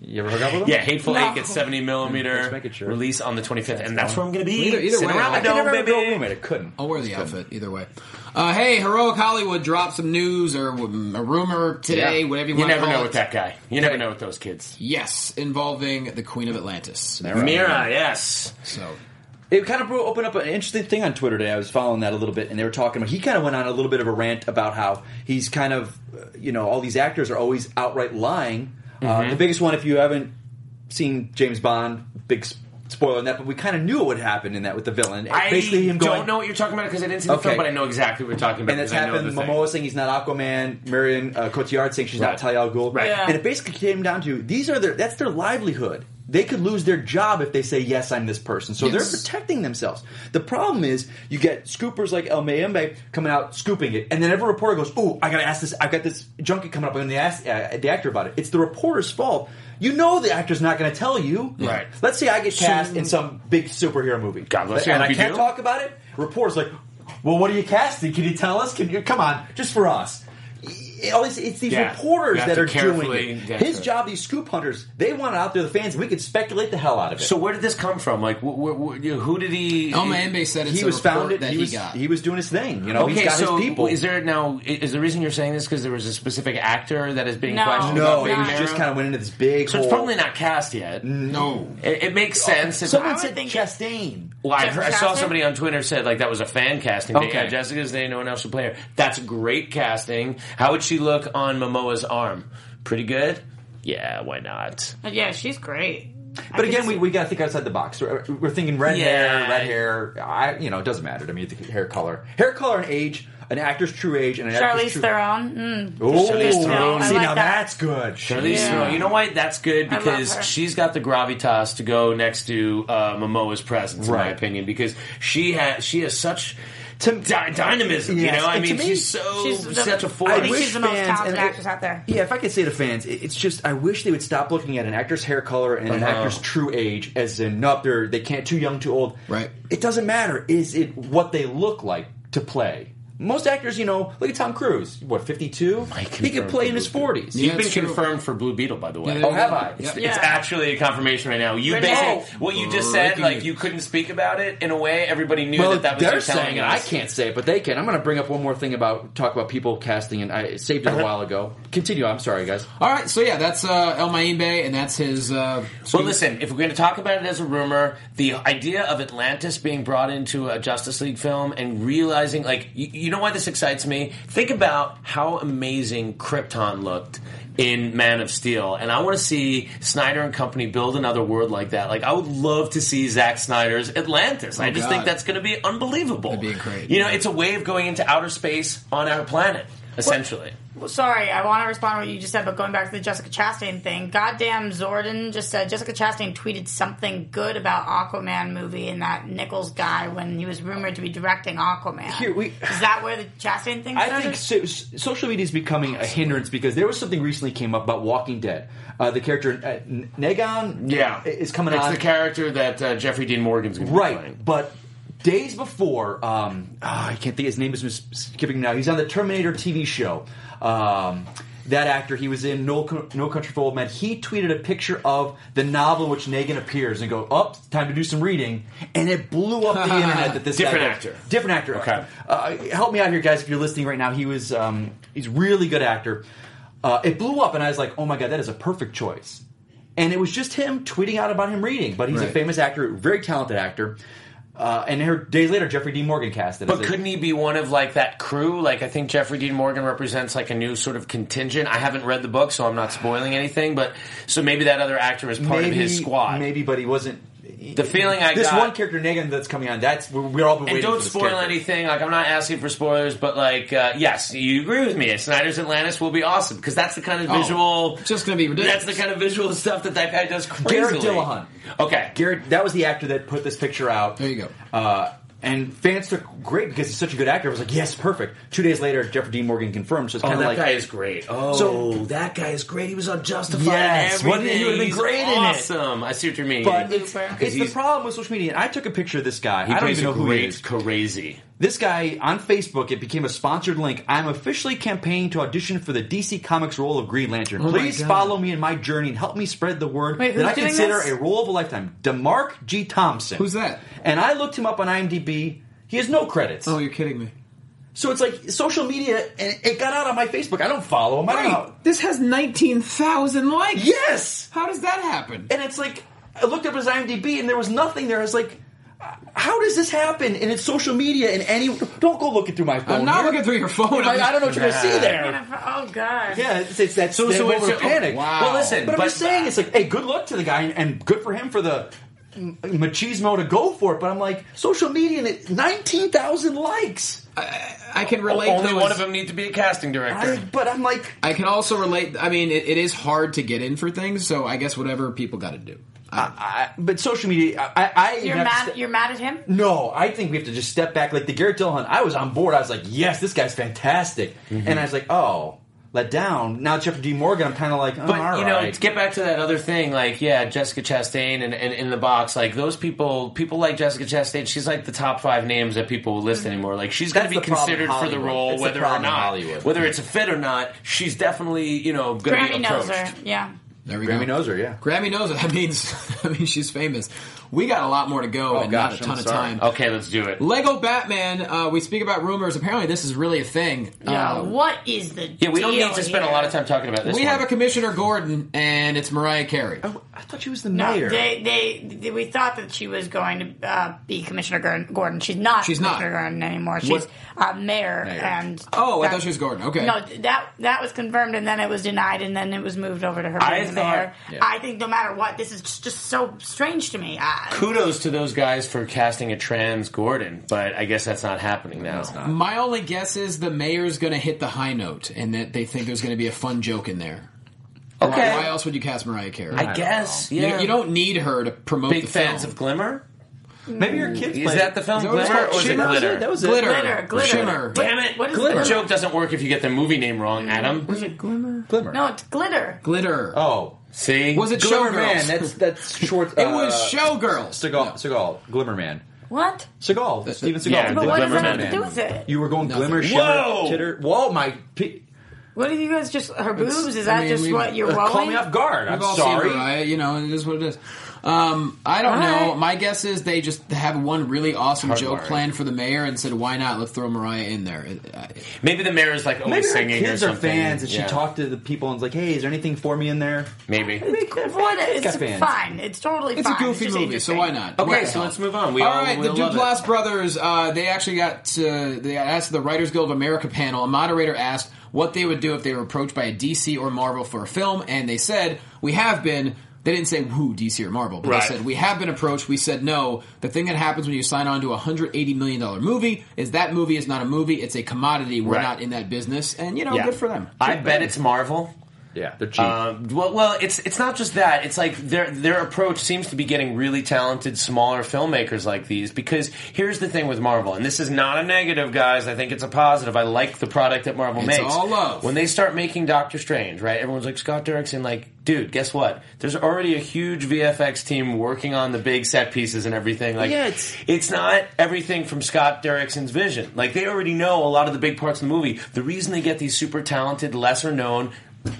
You ever hook up with them? Yeah, Hateful No. Eight gets 70 Let's millimeter make it sure. release on the 25th, and that's where I'm going to be. Either- either Sitting way, around I my I could dome, never have a girl baby. roommate. I couldn't. Oh, I'll wear the outfit either way. Uh, hey, heroic Hollywood dropped some news or mm, a rumor today, Yeah. whatever you, You want never to call know it. with that guy. You never know with those kids. Yes, involving the Queen of Atlantis. Mira, Ah, yes. So It kind of opened up an interesting thing on Twitter today. I was following that a little bit, and they were talking about. He kind of went on a little bit of a rant about how he's kind of, uh, you know, all these actors are always outright lying. Mm-hmm. Uh, the biggest one, if you haven't seen James Bond, big s- spoiler on that, but we kind of knew it would happen in that with the villain. I Basically, him don't going, know what you're talking about because I didn't see the Okay. film, but I know exactly what you're talking about. and that's because I know happened. the thing. Momoa saying he's not Aquaman, Marion uh, Cotillard saying she's Right. not Talia al Ghul, Right. Yeah. and it basically came down to these are their that's their livelihood. They could lose their job if they say yes, I'm this person. So Yes. they're protecting themselves. The problem is you get scoopers like El Mayembe coming out scooping it, and then every reporter goes, "Oh, I gotta ask this. I've got this junket coming up." And they ask uh, the actor about it. It's the reporter's fault. You know the actor's not going to tell you. Right. Let's say I get cast in some big superhero movie. God bless you, And I I hope you can't do. talk about it. Reporters like, well, what are you casting? Can you tell us? Can you come on, just for us? It- all these- it's these Yeah. reporters You have that to are doing carefully- it. yeah, His sure. job, these scoop hunters, they want it out there to the fans. We can speculate the hell out of it. So where did this come from? Like, wh- wh- wh- who did he? El Mayembe said it's he a was report found it. that He he, was got. he was doing his thing. You know, okay, he's got so his people. is there now? Is the reason you're saying this because there was a specific actor that is being No. questioned? no, about it being was Mira? just kind of went into this big. So it's hole. probably not cast yet. no, It, it makes sense. If Someone would said think- Chastain. well, I, Jessica heard- I saw Chastain? somebody on Twitter said like that was a fan casting. They Okay. had Jessica's name, no one else should play her. That's great casting. How would she look on Momoa's arm? Pretty good. Yeah, why not? But yeah, she's great. But again, we, we got to think outside the box. We're, we're thinking red Yeah. hair, red hair. I, you know, it doesn't matter to me. The hair color, hair color, and age. An actor's true age and an actor's Charlize true. Theron. Mm. Oh, Charlize Theron. See I like now that. that's good. Charlize Theron. You know why that's good? I love her. Because she's got the gravitas to go next to uh, Momoa's presence, in my Right. opinion. Because she has she has such To- dy- dynamism. Yes, You know, I and to mean, me, she's so she's the- such a force. I think she's the most talented and- actress out there. Yeah, if I could say to fans, it- it's just I wish they would stop looking at an actor's hair color and Uh-huh. an actor's true age as in up they're they can't too young, too old. Right. It doesn't matter. Is it what they look like to play? Most actors, you know, look at Tom Cruise. What fifty two? He could confirmed play in for his Blue forties. Yeah, You've been it's true. confirmed for Blue Beetle, by the way. Yeah. Oh, have I? Yep. It's Yeah. actually a confirmation right now. You Right basically now. what you just said, Breaking like news. you couldn't speak about it in a way. Everybody knew Well, that that was they're you telling saying it. us. I can't say it, but they can. I'm going to bring up one more thing about talk about people casting, and I saved it a while ago. Continue. I'm sorry, guys. All right, so yeah, that's uh, El Mayimbe, and that's his. Uh, Well, listen, if we're going to talk about it as a rumor, the idea of Atlantis being brought into a Justice League film and realizing, like, you, you know why this excites me? Think about how amazing Krypton looked in Man of Steel. And I want to see Snyder and company build another world like that. Like, I would love to see Zack Snyder's Atlantis. I God. just think that's going to be unbelievable. That'd be great. You know, it's a way of going into outer space on our planet, essentially. Well, sorry, I want to respond to what you just said, but going back to the Jessica Chastain thing, goddamn Zordon just said Jessica Chastain tweeted something good about Aquaman movie and that Nichols guy when he was rumored to be directing Aquaman. Here, we- Is that where the Chastain thing? I started? think so, so- social media is becoming a hindrance because there was something recently came up about Walking Dead. Uh, the character uh, N- Negan, is coming It's on. the character that uh, Jeffrey Dean Morgan's going to be playing. right? But days before, um, ah, I can't think. His name is mis- skipping now. He's on the Terminator TV show. Um, that actor, he was in No, Co- no Country for Old Men. He tweeted a picture of the novel in which Negan appears and go, "Up, time to do some reading," and it blew up the internet that this Different guy- actor. different actor. Okay. uh, help me out here, guys. If you're listening right now, he was um, he's really good actor. Uh, it blew up, and I was like, "Oh my god, that is a perfect choice." And it was just him tweeting out about him reading, but he's a Right. famous actor, very talented actor. Uh, and her, days later, Jeffrey Dean Morgan cast it. But as a- couldn't he be one of like that crew? Like I think Jeffrey Dean Morgan represents like a new sort of contingent. I haven't read the book, so I'm not spoiling anything. But so maybe that other actor is part of his squad. Maybe, but he wasn't. The feeling I this got- one character Negan that's coming on. That's we're, we're all been And waiting. don't for this spoil character. anything. Like I'm not asking for spoilers, but like uh, yes, you agree with me. Snyder's Atlantis will be awesome because that's the kind of Oh, visual. it's just gonna be ridiculous. That's the kind of visual stuff that that guy does Garrett crazily. Dillahunt. Okay, Garrett, that was the actor that put this picture out. There you go. Uh, and fans took great because he's such a good actor. I was like, yes, perfect. Two days later, Jeffrey Dean Morgan confirmed. So it's Oh, kind of that like guy is great. Oh, So- that guy is great. He was on Justified. Yes, and wouldn't he? everything. He would've been He's great in it. awesome. I see what you mean. But he it's, it's the problem with social media. And I took a picture of this guy. I don't plays even know a who he is. great crazy. This guy on Facebook, it became a sponsored link. I'm officially campaigning to audition for the DC Comics role of Green Lantern. my Please God. follow me in Oh my journey and help me spread the word Wait, that who's I doing consider this? a role of a lifetime. Demarc G. Thompson. Who's that? And I looked him up on IMDb. He has no credits. Oh, you're kidding me. so it's like social media, and it got out on my Facebook. I don't follow him. I don't know. This has 19,000 likes. Yes! How does that happen? And it's like, I looked up his IMDb and there was nothing there. I was like, how does this happen? And it's social media and any. Don't go looking through my phone. I'm not here. looking through your phone. I, I don't know what you're going to see there. Oh God. Yeah, it's, it's that so, so so it's- oh, panic. wow. Well, listen, but, I'm but- just saying, it's like, hey, good luck to the guy, and, and good for him for the m- machismo to go for it. But I'm like, social media, and it, nineteen thousand likes. I can relate. Only though, one is- of them need to be a casting director. I, but I'm like, I can also relate. I mean, it, it is hard to get in for things, so I guess whatever people got to do. Uh, I, I, but social media, I, I I You're have to mad. st- you're mad at him. no, I think we have to just step back. Like the Garrett Dillahunt, I was on board. I was like, yes, this guy's fantastic, and I was like, oh. Let down now, Jeffrey D. Morgan. I'm kind of like, oh, But all you know, right. to get back to that other thing, like yeah, Jessica Chastain and, and in the box, like those people, people like Jessica Chastain, she's like the top five names that people will list anymore. Like she's going Mm-hmm. That's to be the problem in considered for the Hollywood. role, It's the whether or problem in not, Hollywood. whether it's a fit or not. She's definitely you know going to Granny be knows approached. her. Yeah. There we go. Grammy knows her, yeah. Grammy knows it. That means, I mean, she's famous. We got a lot more to go Oh, and not gosh, a I'm ton of sorry. Oh. time. Okay, let's do it. Lego Batman. Uh, we speak about rumors. Apparently, this is really a thing. Yeah. Uh, what is the Um, Yeah, we don't deal need to spend a here? lot of time talking about this. we one. have a Commissioner Gordon, and it's Mariah Carey. Oh, I thought she was the No, mayor. they, they they we thought that she was going to uh, be Commissioner Gordon- Gordon. She's not. She's not. Commissioner Gordon anymore. She's What- uh, mayor, and Oh, I that- thought she was Gordon. Okay. No, that that was confirmed, and then it was denied, and then it was moved over to her I being the thought- mayor. Yeah. I think no matter what, this is just, just so strange to me. Ah, I, kudos to those guys for casting a trans Gordon, but I guess that's not happening now. My only guess is the mayor's going to hit the high note, and that they think there's going to be a fun joke in there. Okay, Why, why else would you cast Mariah Carey? I guess. You- Yeah, You, don't need her to promote big the fans film. of Glimmer. Maybe your kids. Is played that it. the film that what it's Glimmer called? or is it Shimmer? Glitter? That was it. glitter, glitter, glitter, shimmer. What- Damn it! What is The glitter? joke doesn't work if you get the movie name wrong, Adam. Was it glimmer? Glimmer. No, it's glitter. glitter. Oh, See, Was it Glimmer Showgirls? Man. That's that's short. it was uh, Showgirls. Seagal. Glimmerman. Glimmer Man. What? Seagal. Steven Seagal. yeah, did but what does Glimmer that have to Man. do with it? You were going Nothing. glimmer, shimmer, Whoa! titter. Whoa, my p- What have you guys just her boobs? Is that I mean, just we- what you're call rolling? me off guard. I'm We've all sorry. seen Mariah, you know, it is what it is. Um, I don't All know. right. My guess is they just have one really awesome joke wired. planned for the mayor and said, "Why not? Let's throw Mariah in there." It- I- Maybe the mayor is like Maybe always her singing kids or are something. fans, and Yeah. she talked to the people and was like, "Hey, is there anything for me in there?" Maybe. What? It's got fans. fine. It's totally It's fine. a goofy just movie, so interesting. why not? Okay, What the so hell? let's move on. We all all- right, we'll the love it. Duplass brothers. Uh, they actually got to, they asked the Writers Guild of America panel. A moderator asked what they would do if they were approached by a DC or Marvel for a film, and they said, "We have been." They didn't say who DC or Marvel, but Right. they said we have been approached. We said no. The thing that happens when you sign on to a hundred eighty million dollar movie is that movie is not a movie; it's a commodity. We're Right. not in that business, and you know, Yeah. good for them. I bet it's Marvel. Yeah, they're cheap. Um, well, well, it's it's not just that. It's like their their approach seems to be getting really talented smaller filmmakers like these. Because here's the thing with Marvel, and this is not a negative, guys. I think it's a positive. I like the product that Marvel It's makes. all love. When they start making Doctor Strange, right? Everyone's like Scott Derrickson, like, dude, guess what? There's already a huge VFX team working on the big set pieces and everything. Like, Yeah, it's- it's not everything from Scott Derrickson's vision. Like they already know a lot of the big parts of the movie. The reason they get these super talented, lesser known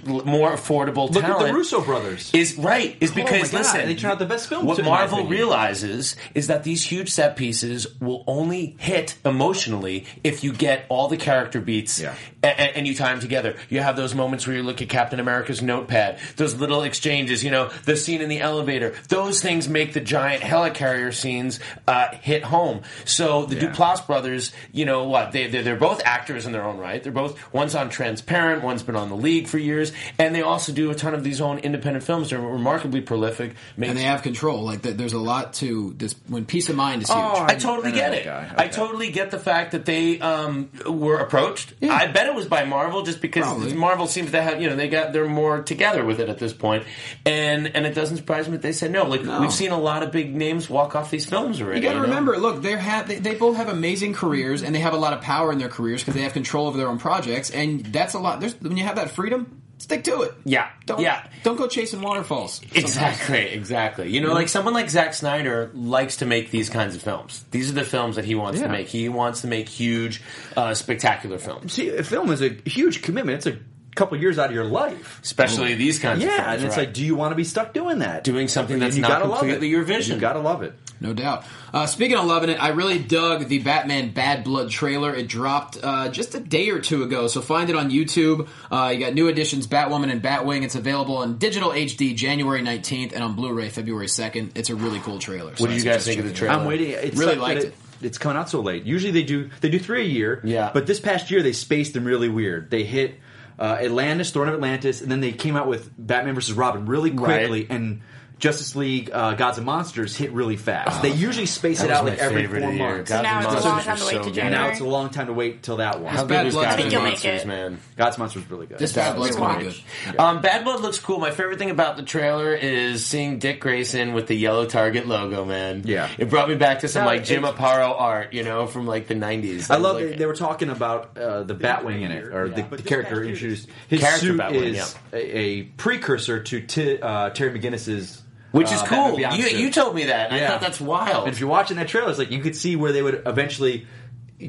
l- more affordable Look talent. at the Russo brothers. Oh is right is because God, listen they turn out the best films, What in my Marvel opinion. realizes is that these huge set pieces will only hit emotionally if you get all the character beats Yeah. a- a- and, you tie them together. You have those moments where you look at Captain America's notepad, those little exchanges, you know, the scene in the elevator. Those things make the giant helicarrier scenes uh, hit home. So the Duplass brothers, you know what? They, they're, they're both actors in their own right. They're both, one's on Transparent, one's been on The League for years, and they also do a ton of these own independent films. They're remarkably prolific. Make- and they have control. Like th- there's a lot to this when peace of mind is huge. I totally get it. guy. I totally get the fact that they um, were approached. Yeah. I bet it was by Marvel, just because Probably. Marvel seems to have you know they got they're more together with it at this point, and and it doesn't surprise me that they said no. Like No. we've seen a lot of big names walk off these films already. You got to know? remember, look, they're ha- they, they both have amazing careers and they have a lot of power in their careers because they have control over their own projects, and that's a lot. There's when you have that freedom, stick to it. Yeah. don't Yeah. don't go chasing waterfalls. Exactly, exactly. You know, like someone like Zack Snyder likes to make these kinds of films. These are the films that he wants Yeah. to make. He wants to make huge, uh, spectacular films, See, a film is a huge commitment. It's a couple years out of your life. especially these kinds. of Yeah, films, and it's right. like, do you want to be stuck doing that? Doing something And that's you not gotta love completely it. your vision. You gotta love it. No doubt. Uh, speaking of loving it, I really dug the Batman Bad Blood trailer. It dropped uh, just a day or two ago, so find it on YouTube. Uh, you got new editions, Batwoman and Batwing. It's available in digital HD January 19th and on Blu-ray February 2nd. It's a really cool trailer. so do I you guys suggest think of the checking it out. trailer? I'm waiting. It Really sucked that liked it. It's coming out so late. Usually they do they do three a year. Yeah. But this past year they spaced them really weird. They hit uh, Atlantis, Throne of Atlantis, and then they came out with Batman versus Robin really quickly Right. and. Justice League, uh, Gods and Monsters hit really fast. they usually space Oh, that it out was like my every favorite four of the year. months. Gods Now and it's a long Monsters time are to wait so to good. And January. now it's a long time to wait till that How one. Bad good is Blood's Gods and gonna make Monsters, it. man? Gods and Monsters really good. This Bad Blood's Just really watch. good. Um, Bad Blood looks cool. My favorite thing about the trailer is seeing Dick Grayson with the yellow Target logo, man. Yeah. It brought me back to some No, like Jim it's- Aparo art, you know, from like the 90s. I love Like, they, they were talking about uh, the Batwing in it, or the, the character introduced. His Character suit Batwing, is a, a precursor to Ti- uh, Terry McGinnis's, Which uh, is Batman cool. Beyond You, suit. you told me that. and I Yeah. thought that's wild. And if you're watching that trailer, it's like you could see where they would eventually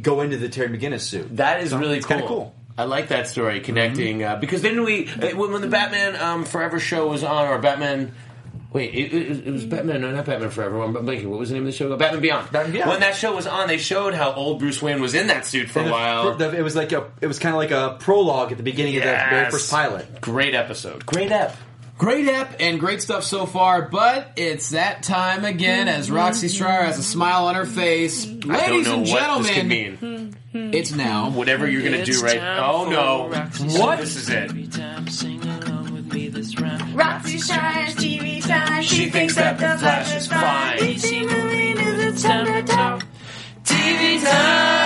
go into the Terry McGinnis suit. That is So really it's cool. kinda cool. Mm-hmm. I like that story connecting uh, because didn't we uh, when, when the Batman um, Forever show was on or Batman. Wait, it, it, it was Batman, no, not Batman Forever. I'm blanking. What was the name of the show? Batman Beyond. Batman Beyond. When that show was on, they showed how old Bruce Wayne was in that suit for And a the- while. the- it was like a, it was kind of like a prologue at the beginning of that very Yes. first pilot. Great episode. Great ep. Great app and great stuff so far, but it's that time again as Roxy Stryer has a smile on her face. I don't Ladies know and what this could gentlemen, mean. it's now. Whatever you're gonna do, right? Oh no! What? This is it. Roxy shines, TV shines. She thinks that the Flash is fine. DC movie news, it's time to talk. TV time.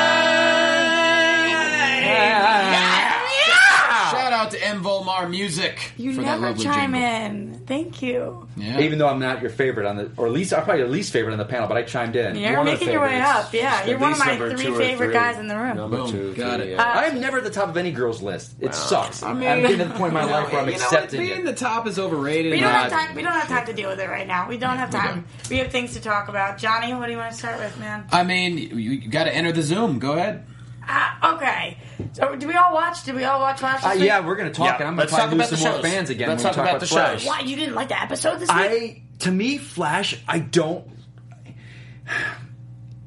Shout out to M Volmar Music You for that never lovely chime jingle. in. Thank you. Yeah. Even though I'm not your favorite on the, or at least I'm probably the least favorite on the panel, but I chimed in. You're One of the making your way favorites. up. Yeah, At you're one of least my number three two or favorite three. guys in the room. Number Boom. two. Got three, it. yeah. I am never at the top of any girl's list. It sucks. I Uh, mean- am getting to the point in my life where I'm You know, accepting being it. the top is overrated. We don't and have not- time. We don't have time to deal with it right now. We don't have time. We have things to talk about. Johnny, what do you want to start with, man? I mean, you, you got to enter the Zoom. Go ahead. Ah, okay. So, do we all watch? Did we all watch Flash? This Uh, week? yeah, we're going to talk, Yeah, and I'm going let's to probably lose talk about some the more shows. fans again Let's when talk we talk about about, the Flash. shows. Why you didn't like the episode this week? I to me, Flash, I don't,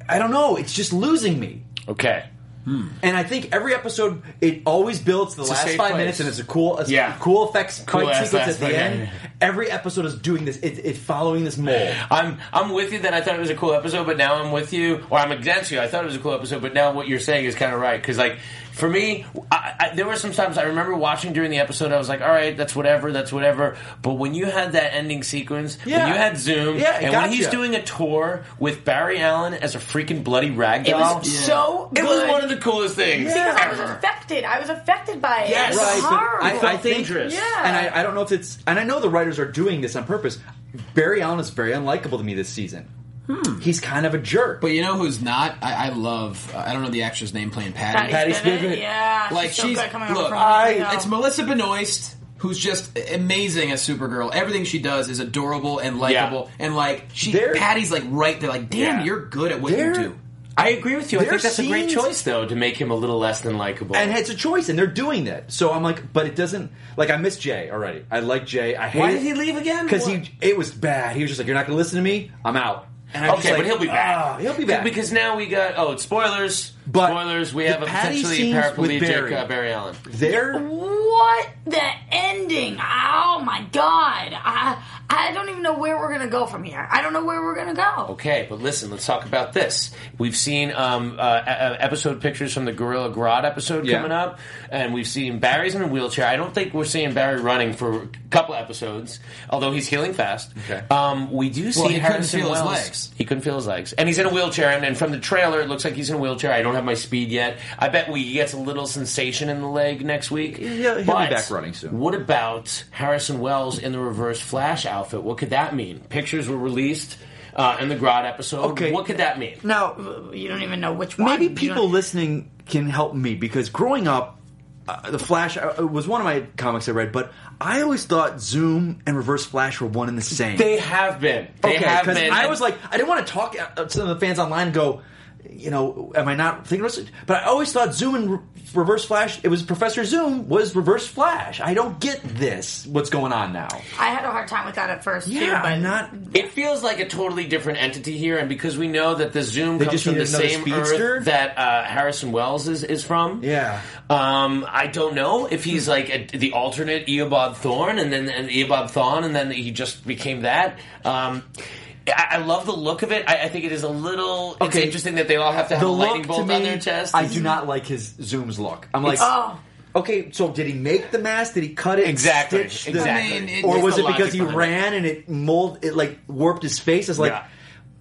I don't know. It's just losing me. Okay. And I think every episode, it always builds to the a last safe five place. minutes, and it's a cool, it's Yeah. cool effects Cool fight ass sequence last at the fight, yeah, end. yeah. Every episode is doing this. It, it following this mold. I'm I'm with you that I thought it was a cool episode, but now I'm with you, or I'm against you. I thought it was a cool episode, but now what you're saying is kind of right because like for me, I, I, there were some times I remember watching during the episode. I was like, all right, that's whatever, that's whatever. But when you had that ending sequence, when Yeah. you had Zoom, Yeah, it and got when he's ya. doing a tour with Barry Allen as a freaking bloody rag it doll, was so. it was good. one of the coolest things Because I was ever. affected. I was affected by it. Yes. it was Right, but horrible. I, I think, dangerous. Yeah. and I, I don't know if it's, and I know the writers are doing this on purpose. Barry Allen is very unlikable to me this season. Hmm. He's kind of a jerk. But you know who's not? I, I love. I don't know the actress name playing Patty. Patty, Patty Spivot, Spivot. Yeah, Like, she's, so she's- good coming over look, from I- It's Melissa Benoist, who's just amazing as Supergirl. Everything she does is adorable and likable, and like she, There- Patty's like right there, like, damn, Yeah. you're good at what you There- do. I agree with you. I There think that's a great seems- choice, though, to make him a little less than likable. And it's a choice, and they're doing that. So I'm like, but it doesn't. Like I miss Jay already. I like Jay. I hate Why did he leave again? Because What? he it was bad. He was just like, you're not going to listen to me. I'm out. And I was okay, just like, but he'll be back. "Ah, he'll be back because now we got oh, it's spoilers. But spoilers. We the have a Patty potentially scenes paraplegic with Barry. Barry. Uh, Barry Allen. there. What the ending? Oh my god! I I don't even know where we're gonna go from here. I don't know where we're gonna go. Okay, but listen, let's talk about this. We've seen um, uh, uh, episode pictures from the Gorilla Grodd episode Yeah. coming up, and we've seen Barry's in a wheelchair. I don't think we're seeing Barry running for a couple episodes, although he's healing fast. Okay. Um, we do see he couldn't Harrison feel his Wells. legs. He couldn't feel his legs, and he's in a wheelchair. And, and from the trailer, it looks like he's in a wheelchair. I don't have my speed yet. I bet we he gets a little sensation in the leg next week. he'll be But back running soon. What about Harrison Wells in the Reverse Flash outfit? What could that mean? Pictures were released uh, in the Grodd episode. Okay. What could that mean? No, you don't even know which one. Maybe You people don't- listening can help me because growing up, uh, the Flash uh, was one of my comics I read, but I always thought Zoom and Reverse Flash were one and the same. They have been. They okay, have because been. I was like, I didn't want to talk uh, to the fans online and go, you know, am I not thinking about it? But I always thought Zoom and Re- Reverse Flash, it was Professor Zoom was Reverse Flash. I don't get this, what's going on now. I had a hard time with that at first too. Yeah, But I'm not. It feels like a totally different entity here, and because we know that the Zoom comes just from the needed another same speedster? Earth that uh, Harrison Wells is, is from. Yeah. Um, I don't know if he's like a, the alternate Eobod Thorn, and then and Eobod Thawne, and then he just became that. Um, I, I love the look of it. I, I think it is a little. It's Okay. interesting that they all have to have The a lightning look to bolt me, on their chest. I do not like his Zoom's look. I'm like, Oh, okay, so did he make the mask? Did he cut it? Exactly, stitch the- exactly. I mean, it- or it's was the it because logic he behind ran and it mold? It like warped his face. It's like Yeah.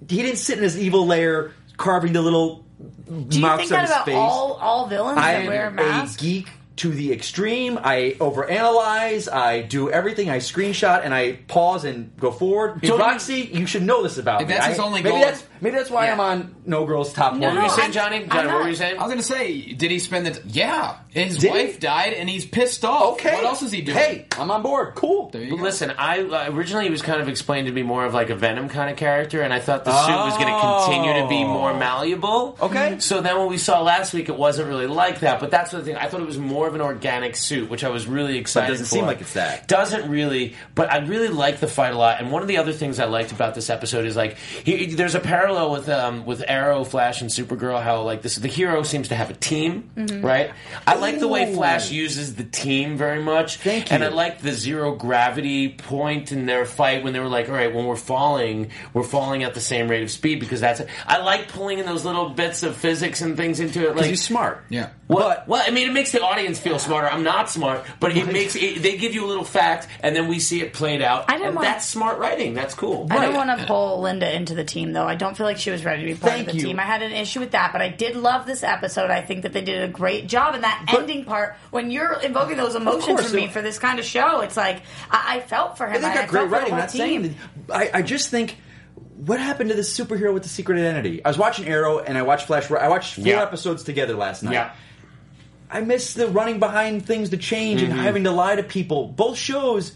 he didn't sit in his evil lair carving the little do you marks think on that his about face. all all villains I that wear am a masks? geek to the extreme. I overanalyze. I do everything. I screenshot and I pause and go forward. Don't- Roxy, you should know this about If me. that's I- his only maybe goal- That's, maybe that's why Yeah. I'm on No Girls Top No, One. What were you saying, I'm- Johnny? I'm Johnny, what were not- you saying? I was gonna say, did he spend the? T- yeah, his Did he? wife died, and he's pissed off. Okay. what else is he doing? Hey, I'm on board. Cool. There you But go. listen, I uh, originally he was kind of explained to be more of like a Venom kind of character, and I thought the suit was going to continue to be more malleable. Oh. Okay. So then when we saw last week, it wasn't really like that. But that's the thing. I thought it was more of an organic suit, which I was really excited. doesn't for. seem like it's that. Doesn't really. But I really like the fight a lot. And one of the other things I liked about this episode is like he, there's a parallel with um, with Arrow, Flash, and Supergirl. How like this the hero seems to have a team, right? I like the way Ooh. Flash uses the team very much. Thank And you. I like the zero gravity point in their fight when they were like, all right, when we're falling, we're falling at the same rate of speed because that's. I like pulling in those little bits of physics and things into it. Like, Because he's smart. Yeah. What? Well, I mean, it makes the audience feel smarter. I'm not smart, but it makes it, they give you a little fact, and then we see it played out. I didn't and wanna- that's smart writing. That's cool. I don't want to pull Linda into the team, though. I don't feel like she was ready to be part Thank of the you. team. I had an issue with that, but I did love this episode. I think that they did a great job. And that But- ending part, when you're invoking those emotions course, for me it- for this kind of show, it's like I, I felt for him. They I, got I felt for great the whole writing. I'm not team. saying that. I, I just think. What happened to the superhero with the secret identity? I was watching Arrow and I watched Flash. I watched four Yeah. episodes together last night. Yeah. I miss the running behind things to change Mm-hmm. and having to lie to people. Both shows,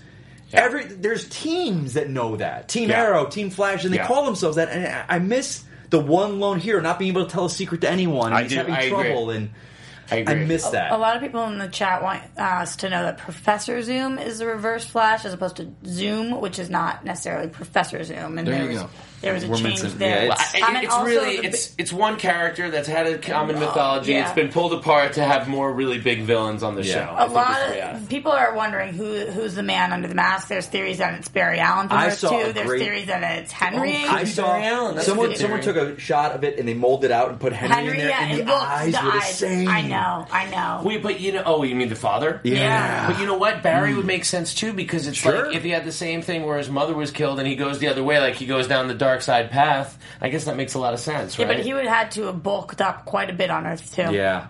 every there's teams that know that. Team Yeah. Arrow, Team Flash, and they Yeah. call themselves that. And I- I miss the one lone hero not being able to tell a secret to anyone. I and he's do. having I agree. trouble, and I I agree. miss that. A lot of people in the chat want us to know that Professor Zoom is the reverse Flash as opposed to Zoom, which is not necessarily Professor Zoom. And There there, you was, go. there was a We're change missing- there. yeah, I- it's- Um, and it's also really the bi- Oh, it's it's one character that's had a common mythology. yeah. Oh, It's been pulled apart to have more really big villains on the Yeah. show. I a think lot it's of way off. people are wondering who who's the man under the mask. There's theories that it's Barry Allen from I Earth saw a Two. There's great- Oh, theories that it's Henry. I saw Barry Allen. That's a someone good someone theory. took a shot of it and they molded it out and put Henry, Henry, in there, yeah, and it the looks- eyes were the eyes- same. I know, I know. Wait, but you know, oh, you mean the father? Yeah. But you know what? Barry would make sense too because it's Mm. Sure. like if he had the same thing where his mother was killed and he goes the other way, like he goes down the dark side path. I guess that makes a lot of sense, yeah, right? but he would have had to have bulked up quite a bit on Earth Two. Yeah.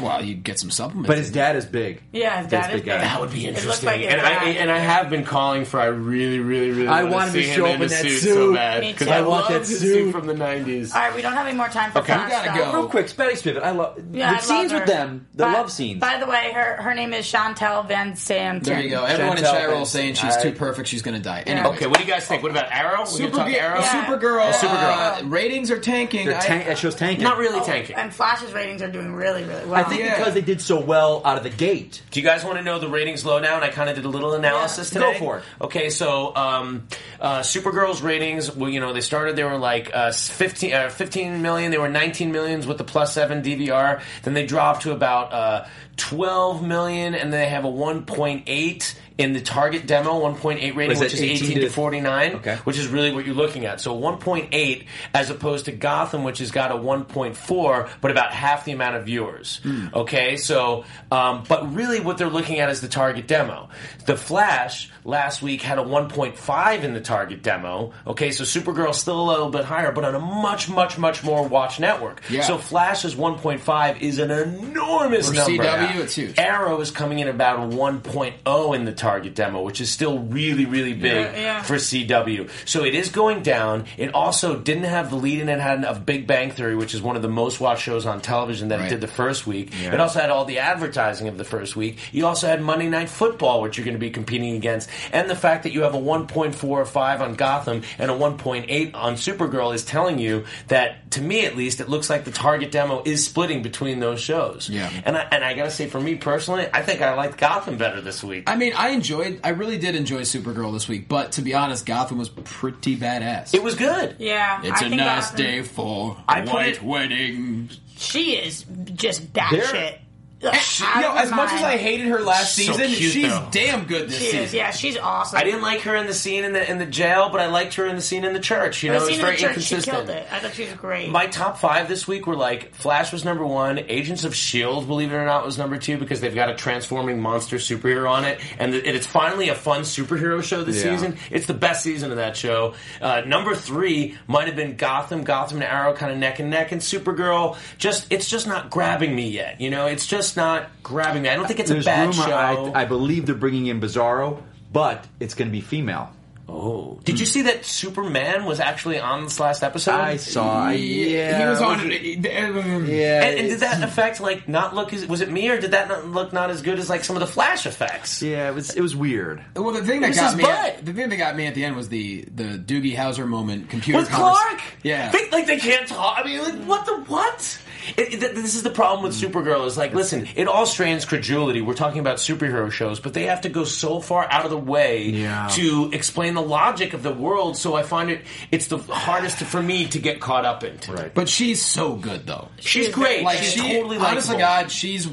Well, you get some supplements. But his in. dad is big. Yeah, his That's dad is big uh, guy. big. That would be It looked interesting. like it and I was- and I have been calling for. I really, really, really. I wanna want him to see show up in in a that suit, suit. so bad Me because too. I I want want that that suit. suit. from the nineties. All right, we don't have any more time for Okay. fast We gotta stuff. go. Real quick, Spatty Spivet. I love Yeah, the I scenes love with her. them. The By- love scenes. By the way, her her name is Chantel Van Sant. There you go. Everyone Chantel in chat roll Benson. saying she's too I- perfect. She's going to die. Yeah. Anyway, Okay, what do you guys think? What about Arrow? We gonna Supergirl. talk Arrow. Yeah. Supergirl. Supergirl. Uh, ratings are tanking. They're I- tank- that show's tanking. Not really tanking. And Flash's ratings are doing really, really well. I think Yeah. because they did so well out of the gate. Do you guys want to know the ratings low now? And I kind of did a little analysis Yeah, go today. for it. Okay, so um, uh, Supergirl's ratings, well, you know, they started, they were like uh, 15, uh, 15 million, they were 19 millions with the plus seven DVR. Then they dropped to about uh, 12 million, and they have a 1.8 in the target demo, 1.8 rating, Was that which is 18 18 to to- 49, Okay. which is really what you're looking at. So 1.8 as opposed to Gotham, which has got a 1.4, but about half the amount of viewers. Hmm. Okay, so, um, but really what they're looking at is the target demo. The Flash last week had a 1.5 in the target demo. Okay, so Supergirl's still a little bit higher, but on a much, much, much more watch network. Yeah. So Flash's 1.5 is an enormous For number. CW, it's huge. Arrow is coming in about a 1.0 in the target demo, which is still really, really big Yeah, yeah. for CW. So it is going down. It also didn't have the lead in it had of Big Bang Theory, which is one of the most watched shows on television that Right. it did the first week. It also had all the advertising of the first week. You also had Monday Night Football, which you're going to be competing against, and the fact that you have a 1.45 on Gotham and a 1.8 on Supergirl is telling you that, to me at least, it looks like the target demo is splitting between those shows. Yeah. And I, and I got to say, for me personally, I think I liked Gotham better this week. I mean, I enjoyed. I really did enjoy Supergirl this week, but to be honest, Gotham was pretty badass. it was good. Yeah, It's a a nice day for I a put white it- wedding. She is just They're- batshit. Ugh, Eh, out You know, of her as much as mind. I hated her last So season, cute, she's though. damn good this she season. is. Yeah, she's awesome. I didn't like her in the scene in the in the jail, but I liked her in the scene in the church. You The know, it was scene in very the church, she inconsistent. killed it. I thought she was great. My top five this week were like Flash was number one, Agents of Shield, E believe it or not, was number two because they've got a transforming monster superhero on it, and it- it's finally a fun superhero show this Yeah. season. It's the best season of that show. Uh, number three might have been Gotham, Gotham and Arrow, kind of neck and neck, and Supergirl. Just it's just not grabbing me yet. You know, it's just not grabbing me. I don't think it's There's a bad rumor. show. I, I believe they're bringing in Bizarro, but it's going to be female. Oh. Did you see that Superman was actually on this last episode? I saw. I- Yeah, Uh, he was on. it. it. um, Yeah, And, and did that effect like not look as was it me or did that not look not as good as like some of the Flash effects? Yeah, it was. It was weird. Well, the thing that was got his me, butt. the thing that got me at the end was the the Doogie Howser moment. Computer With convers- Clark, yeah. They- like they can't talk. I mean, like what the what? It, it- th- this is the problem Mm. with Supergirl. Is like, listen, it all strains credulity. We're talking about superhero shows, but they have to go so far out of the way Yeah. to explain the logic of the world. So I find it it's the hardest for me to get caught up into. Right. But she's so good though. She's great. Like she's she, totally honest to likable. God, she's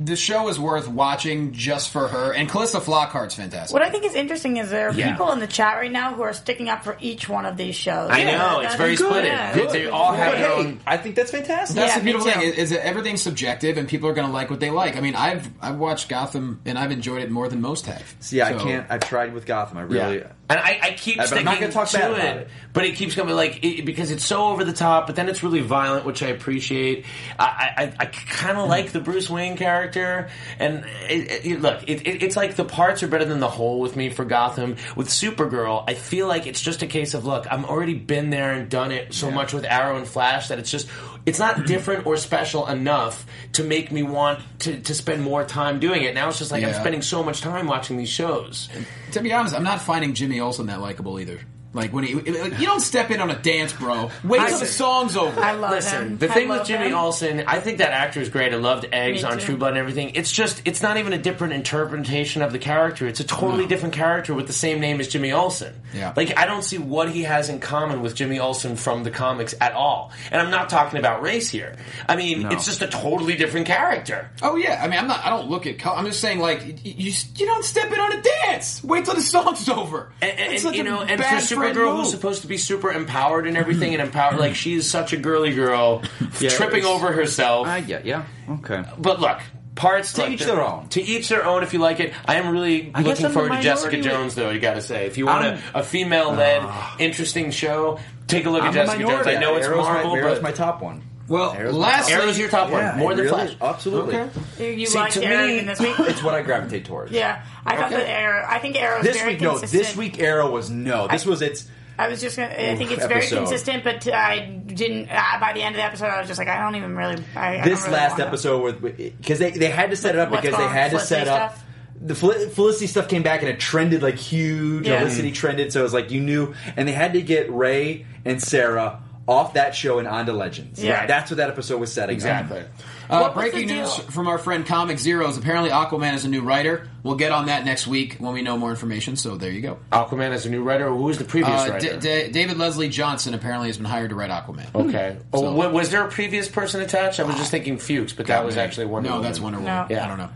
the show is worth watching just for her. And Calista Flockhart's fantastic. What I think is interesting is there are Yeah. people in the chat right now who are sticking up for each one of these shows. I know it's that's very good. split. Yeah. They- They all have But their hey, own. I think that's fantastic. That's Yeah, the me beautiful thing too. is, is that everything's subjective and people are going to like what they like. I mean, I've I've watched Gotham and I've enjoyed it more than most have. yeah, I So- can't. I've tried with Gotham. I really. uh, Yeah. And I, I keep I'm sticking not gonna talk to bad it, about it. but it keeps coming like it, because it's so over the top. But then it's really violent, which I appreciate. I I, I kind Hmm. of like the Bruce Wayne character, and it, it, look, it, it, it's like the parts are better than the whole with me for Gotham. With Supergirl, I feel like it's just a case of look, I'm already been there and done it so much with Arrow and Flash that it's just it's Hmm. not different or special enough to make me want to, to spend more time doing it. Now it's just like I'm Yeah. spending so much time watching these shows. To be honest, I'm not finding Jimmy Olsen that likable either. Like when he, like, you don't step in on a dance, bro. Wait till the see. song's over. I love Listen, him. the I thing with love Jimmy him. Olsen, I think that actor is great. I loved Eggs Me on too. True Blood and everything. It's just, it's not even a different interpretation of the character. It's a totally different character with the same name as Jimmy Olsen. Yeah. Like, I don't see what he has in common with Jimmy Olsen from the comics at all. And I'm not talking about race here. I mean, it's just a totally different character. Oh yeah, I mean, I'm not. I don't look at. Color. I'm just saying, like y- y- you, you don't step in on a dance. Wait till the song's over. And, and- That's and, such you a know, and for bad friend Supergirl, move. who's supposed to be super empowered and everything, and empowered, like she is such a girly girl, Yeah, tripping it's- over herself. I get. Yeah. Okay. But look, parts To look, each they're- their own. To each their own. If you like it, I am really guess looking I'm the forward to Jessica minority with- Jones, though. You got to say, if you want a, I'm- Ah. a female-led, interesting show, take a look at I'm a Jessica Jones. minority. I know it's Arrow's my- Marvel, Arrow's but my top one. Well, Arrow's my lastly, Arrow's your top Yeah, one, more it than really Flash. is. Absolutely. Okay. You See, liked to Eric me- in this week? It's what I gravitate towards. yeah, I thought Okay. that Arrow. I think Arrow. This very week, no. consistent. This week, Arrow was no. This was its. I was just gonna. I think it's very episode. consistent, but I didn't. Uh, by the end of the episode, I was just like, I don't even really. I, I this don't really last wanna- episode with because they they had to set it up What's because they going on? had to Felicity set up stuff? the Fel- Felicity stuff came back and it trended like huge. Yeah. Mm. Felicity trended, so it was like you knew, and they had to get Ray and Sarah off that show and onto Legends. Yeah. that's what that episode was setting Exactly. up. Uh, What was breaking the deal? news from our friend Comic Zero is apparently Aquaman is a new writer. We'll get on that next week when we know more information. So there you go. Aquaman as a new writer, or who was the previous Uh, writer? D- D- David Leslie Johnson apparently has been hired to write Aquaman. okay. Oh, So- Uh, wa- was there a previous person attached? I was just thinking Fuchs, but that was actually one. No, that's Wonder Woman. No. I don't know.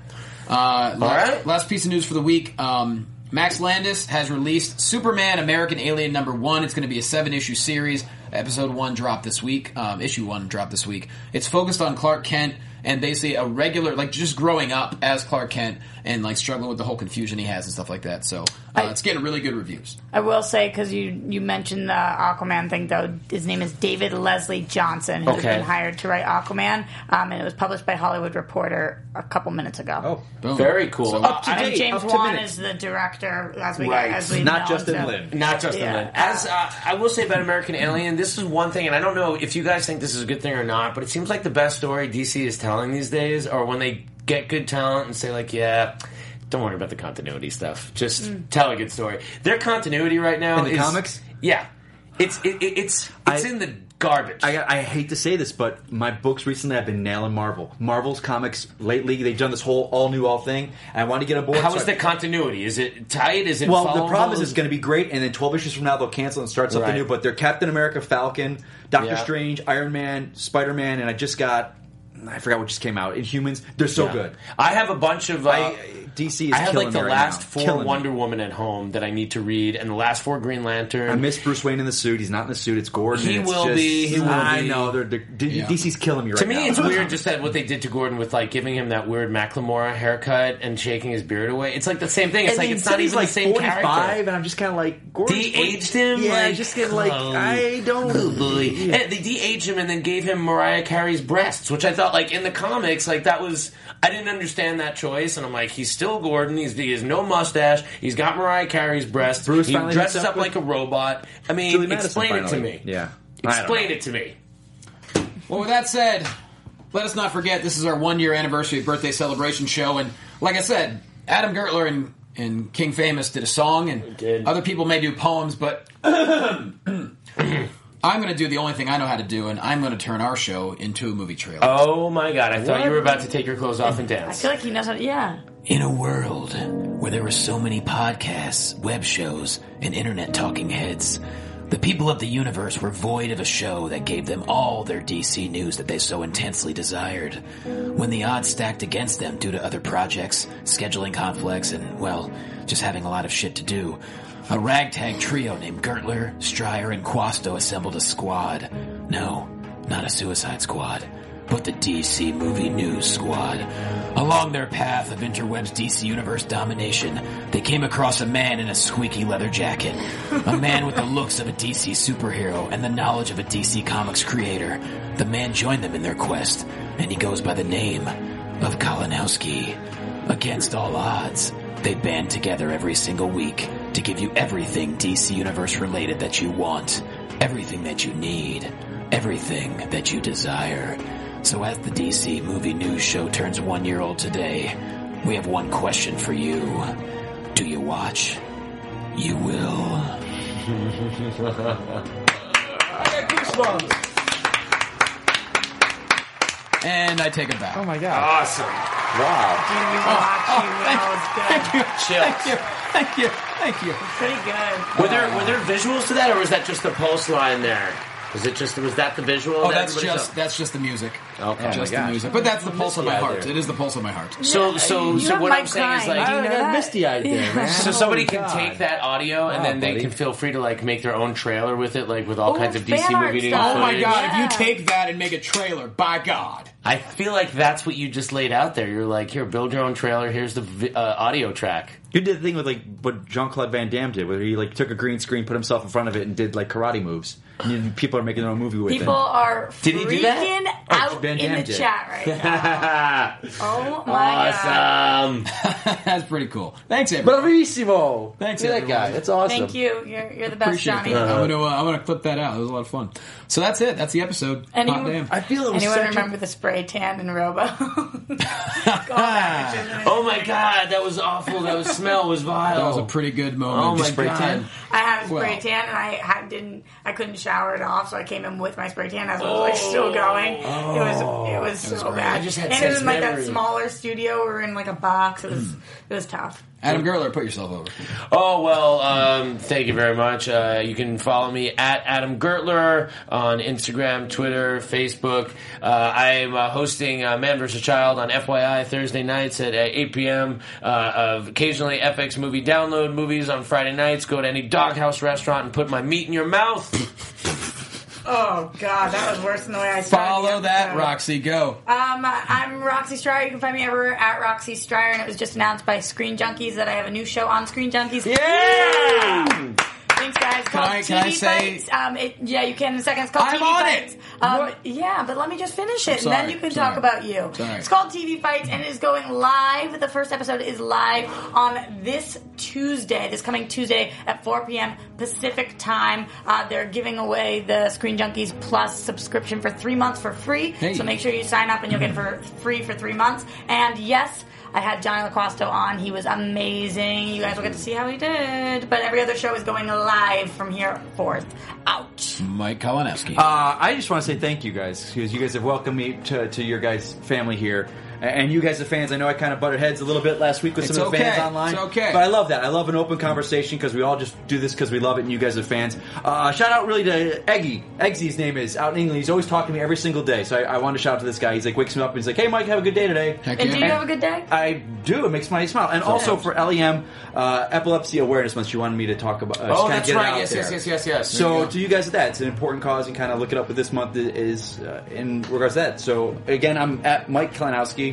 Uh, last, right. last piece of news for the week. Um, Max Landis has released Superman American Alien number one. It's going to be a seven issue series. Episode one dropped this week. Um, issue one dropped this week. It's focused on Clark Kent and basically a regular, like just growing up as Clark Kent and like struggling with the whole confusion he has and stuff like that. So uh, it's getting really good reviews. I will say because you you mentioned the Aquaman thing though. His name is David Leslie Johnson, who Okay. has been hired to write Aquaman, um, and it was published by Hollywood Reporter a couple minutes ago. Oh, Boom. Very cool. So, Up to and date, James up to Wan minute. is the director, as we Right. as we Not know, Justin so- Lin. Not just Yeah. Lin. As uh, I will say about American Alien, this is one thing, and I don't know if you guys think this is a good thing or not, but it seems like the best story DC is telling these days are when they get good talent and say like, yeah. Don't worry about the continuity stuff. Just tell a good story. Their continuity right now Mm. In the is- comics? Yeah, it's it, it, it's it's I- in the garbage. I, got- I hate to say this, but my books recently have been nailing Marvel. Marvel's comics lately, they've done this whole all new all thing. And I wanted to get on board. How so is I- the continuity? Is it tight? Is it Well, the followable? problem is it's going to be great, and then 12 issues from now they'll cancel and start something Right. new. But they're Captain America, Falcon, Doctor Yeah. Strange, Iron Man, Spider Man, and I just got I forgot what just came out. Inhumans, they're so Yeah. good. I have a bunch of uh, I- DC is I have killing like the me right last now. four Killing me. Wonder Woman at home that I need to read, and the last four Green Lantern. I miss Bruce Wayne in the suit. He's not in the suit. It's Gordon. He and it's will just- be, he will I be. know. They're, they're, D- Yeah. DC's killing me right to me, now. it's weird just that what they did to Gordon with like giving him that weird Macklemore haircut and shaking his beard away. It's like the same thing. It's And like then it's he said not he's even like the same 45, character. and I'm just kind of like Gordon De-aged him. Yeah, like, just getting like oh, I don't. oh, boy. And they de-aged him and then gave him Mariah Carey's breasts, which I thought like in the comics, like that was I didn't understand that choice, and I'm like, he's still Gordon. He's he has no mustache. He's got Mariah Carey's breasts. Bruce he finally dresses hooked up up like a with robot. I mean, Julie Madison explain it to finally. me. Yeah. I don't explain know. it to me. Well, with that said, let us not forget this is our one year anniversary birthday celebration show. And like I said, Adam Gertler and, and King Famous did a song, and did. other people may do poems, but I'm going to do the only thing I know how to do, and I'm going to turn our show into a movie trailer. Oh my god! I thought you were about to take your clothes off and I dance. feel like he knows how. to- Yeah. In a world where there are so many podcasts, web shows, and internet talking heads, the people of the universe were void of a show that gave them all their DC news that they so intensely desired. When the odds stacked against them due to other projects, scheduling conflicts, and, well, just having a lot of shit to do, a ragtag trio named Gertler, Stryer, and Quasto assembled a squad. No, not a suicide squad but the DC Movie News Squad. Along their path of Interweb's DC Universe domination, they came across a man in a squeaky leather jacket. A man with the looks of a DC superhero and the knowledge of a DC Comics creator. The man joined them in their quest, and he goes by the name of Kalinowski. Against all odds, they band together every single week to give you everything DC Universe related that you want, everything that you need everything that you desire. So as the DC Movie News Show turns one year old today, we have one question for you. Do you watch? You will. And I take it back. Oh my god! Awesome. Wow. You watch, you will. It's good. Thank you. Thank you. Thank you. It's pretty good. Were there were there visuals to that, or was that just the post line there? Was it just was that the visual? Oh, that that's everybody just saw? that's just the music. Okay. just Oh my the gosh. music. But that's the pulse of my Yeah, heart. there. It is the pulse of my heart. so so You so. have What Mike I'm saying is Klein. like. Do you know that? misty-eyed there, man. So somebody Oh, can God. take that audio and Wow, then they buddy. can feel free to like make their own trailer with it, like with all Oh, kinds of fan DC art movie news. stuff. Oh my footage. god, Yeah. if you take that and make a trailer, by God. I feel like that's what you just laid out there. You're like, here, build your own trailer. Here's the vi- uh, audio track. You did the thing with like what Jean Claude Van Damme did, where he like took a green screen, put himself in front of it, and did like karate moves. And you- people are making their own movie with People it. are Did he freaking do that? out in Van Damme the did. chat right now. oh my god. awesome. That's pretty cool. Thanks, everybody. Bravissimo! Thanks, Look at that everyone. guy. That's awesome. Thank you. You're, you're the best, Appreciate Johnny. that. I'm gonna uh, I'm gonna clip that out. It was a lot of fun. So that's it. That's the episode. Hot Anyone, damn. I feel it was anyone such a- remember the spray tan in Robo? Go back, which is- Oh my god, that was awful. That was, smell was vile. That was a pretty good moment. Oh my Spray God. tan. I had a spray Well. tan and I had, didn't I couldn't shower it off, so I came in with my spray tan as I was like still going. it was it was so bad. I just had and it such was like memory. that smaller studio. We were in like a box. It was it was tough. Adam Gerler, put yourself over. Oh well, um, thank you very much. Uh, you can follow me at Adam Gertler on Instagram, Twitter, Facebook. Uh, I'm uh, hosting uh, Man vs. Child on FYI Thursday nights at uh, 8 p.m. Uh, of occasionally FX movie download movies on Friday nights. Go to any doghouse restaurant and put my meat in your mouth. Oh god, that was worse than the way I started. Follow the that, episode. Roxy. Go. Um, I'm Roxy Stryer. You can find me everywhere at Roxy Stryer, and it was just announced by Screen Junkies that I have a new show on Screen Junkies. Yeah! Thanks, guys. Called I- TV can I say- Fights. Um, it, yeah, you can in a second. It's called I'm TV on Fights. it. Um, yeah, but let me just finish it, and then sorry, you can sorry. talk about you. Sorry. It's called TV Fights, and it is going live. The first episode is live on this Tuesday, this coming Tuesday at 4 p.m. Pacific time. Uh, they're giving away the Screen Junkies Plus subscription for three months for free. Hey. So make sure you sign up, and you'll get it for free for three months. And yes. I had Johnny LaCosto on. He was amazing. You guys will get to see how he did. But every other show is going live from here forth. Out. Mike Kalinowski. Uh, I just want to say thank you guys because you guys have welcomed me to, to your guys' family here. A- And you guys, the fans, I know I kind of butted heads a little bit last week with It's some of the okay. fans online. It's okay. But I love that. I love an open conversation because we all just do this because we love it and you guys are fans. Uh, shout out really to Eggy. Eggsy's name is out in England. He's always talking to me every single day. So I, I want to shout out to this guy. He's like, wakes me up and he's like, hey, Mike, have a good day today. Heck And yeah. do you have a good day? I do. It makes my smile. And also for LEM, uh, Epilepsy Awareness Month, she wanted me to talk about. Uh, just Oh, kinda that's get it right. out Yes, there. yes, yes, yes, yes. There you So go. to you guys, that it's an important cause, and kind of look it up. But this month is uh, in regards to that. So again, I'm at Mike Kalinowski.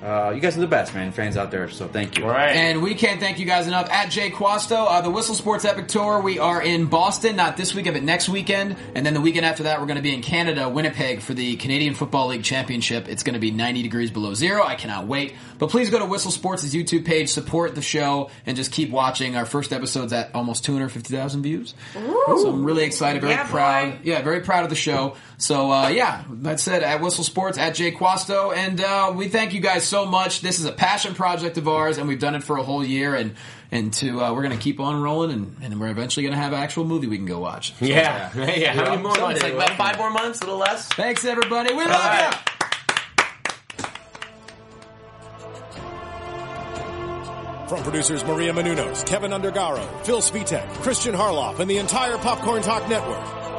Uh, you guys are the best, man. Fans out there, so thank you. All right. And we can't thank you guys enough. At Jay Quasto, uh, the Whistle Sports Epic Tour. We are in Boston, not this weekend, but next weekend. And then the weekend after that, we're going to be in Canada, Winnipeg, for the Canadian Football League Championship. It's going to be 90 degrees below zero. I cannot wait. But please go to Whistle Sports' YouTube page, support the show, and just keep watching. Our first episode's at almost 250,000 views. So I'm really excited, very Yeah, boy. proud. Yeah, very proud of the show. So uh, yeah, that's it. At Whistle Sports, at Jay Quasto, and uh, we thank you guys so much. This is a passion project of ours, and we've done it for a whole year. And and to uh, we're gonna keep on rolling, and, and we're eventually gonna have an actual movie we can go watch. yeah. yeah, How many more months? Someday, Like about five more months, a little less. Thanks everybody. We love right. you. From producers Maria Menunos, Kevin Undergaro, Phil Svitek, Christian Harloff, and the entire Popcorn Talk Network,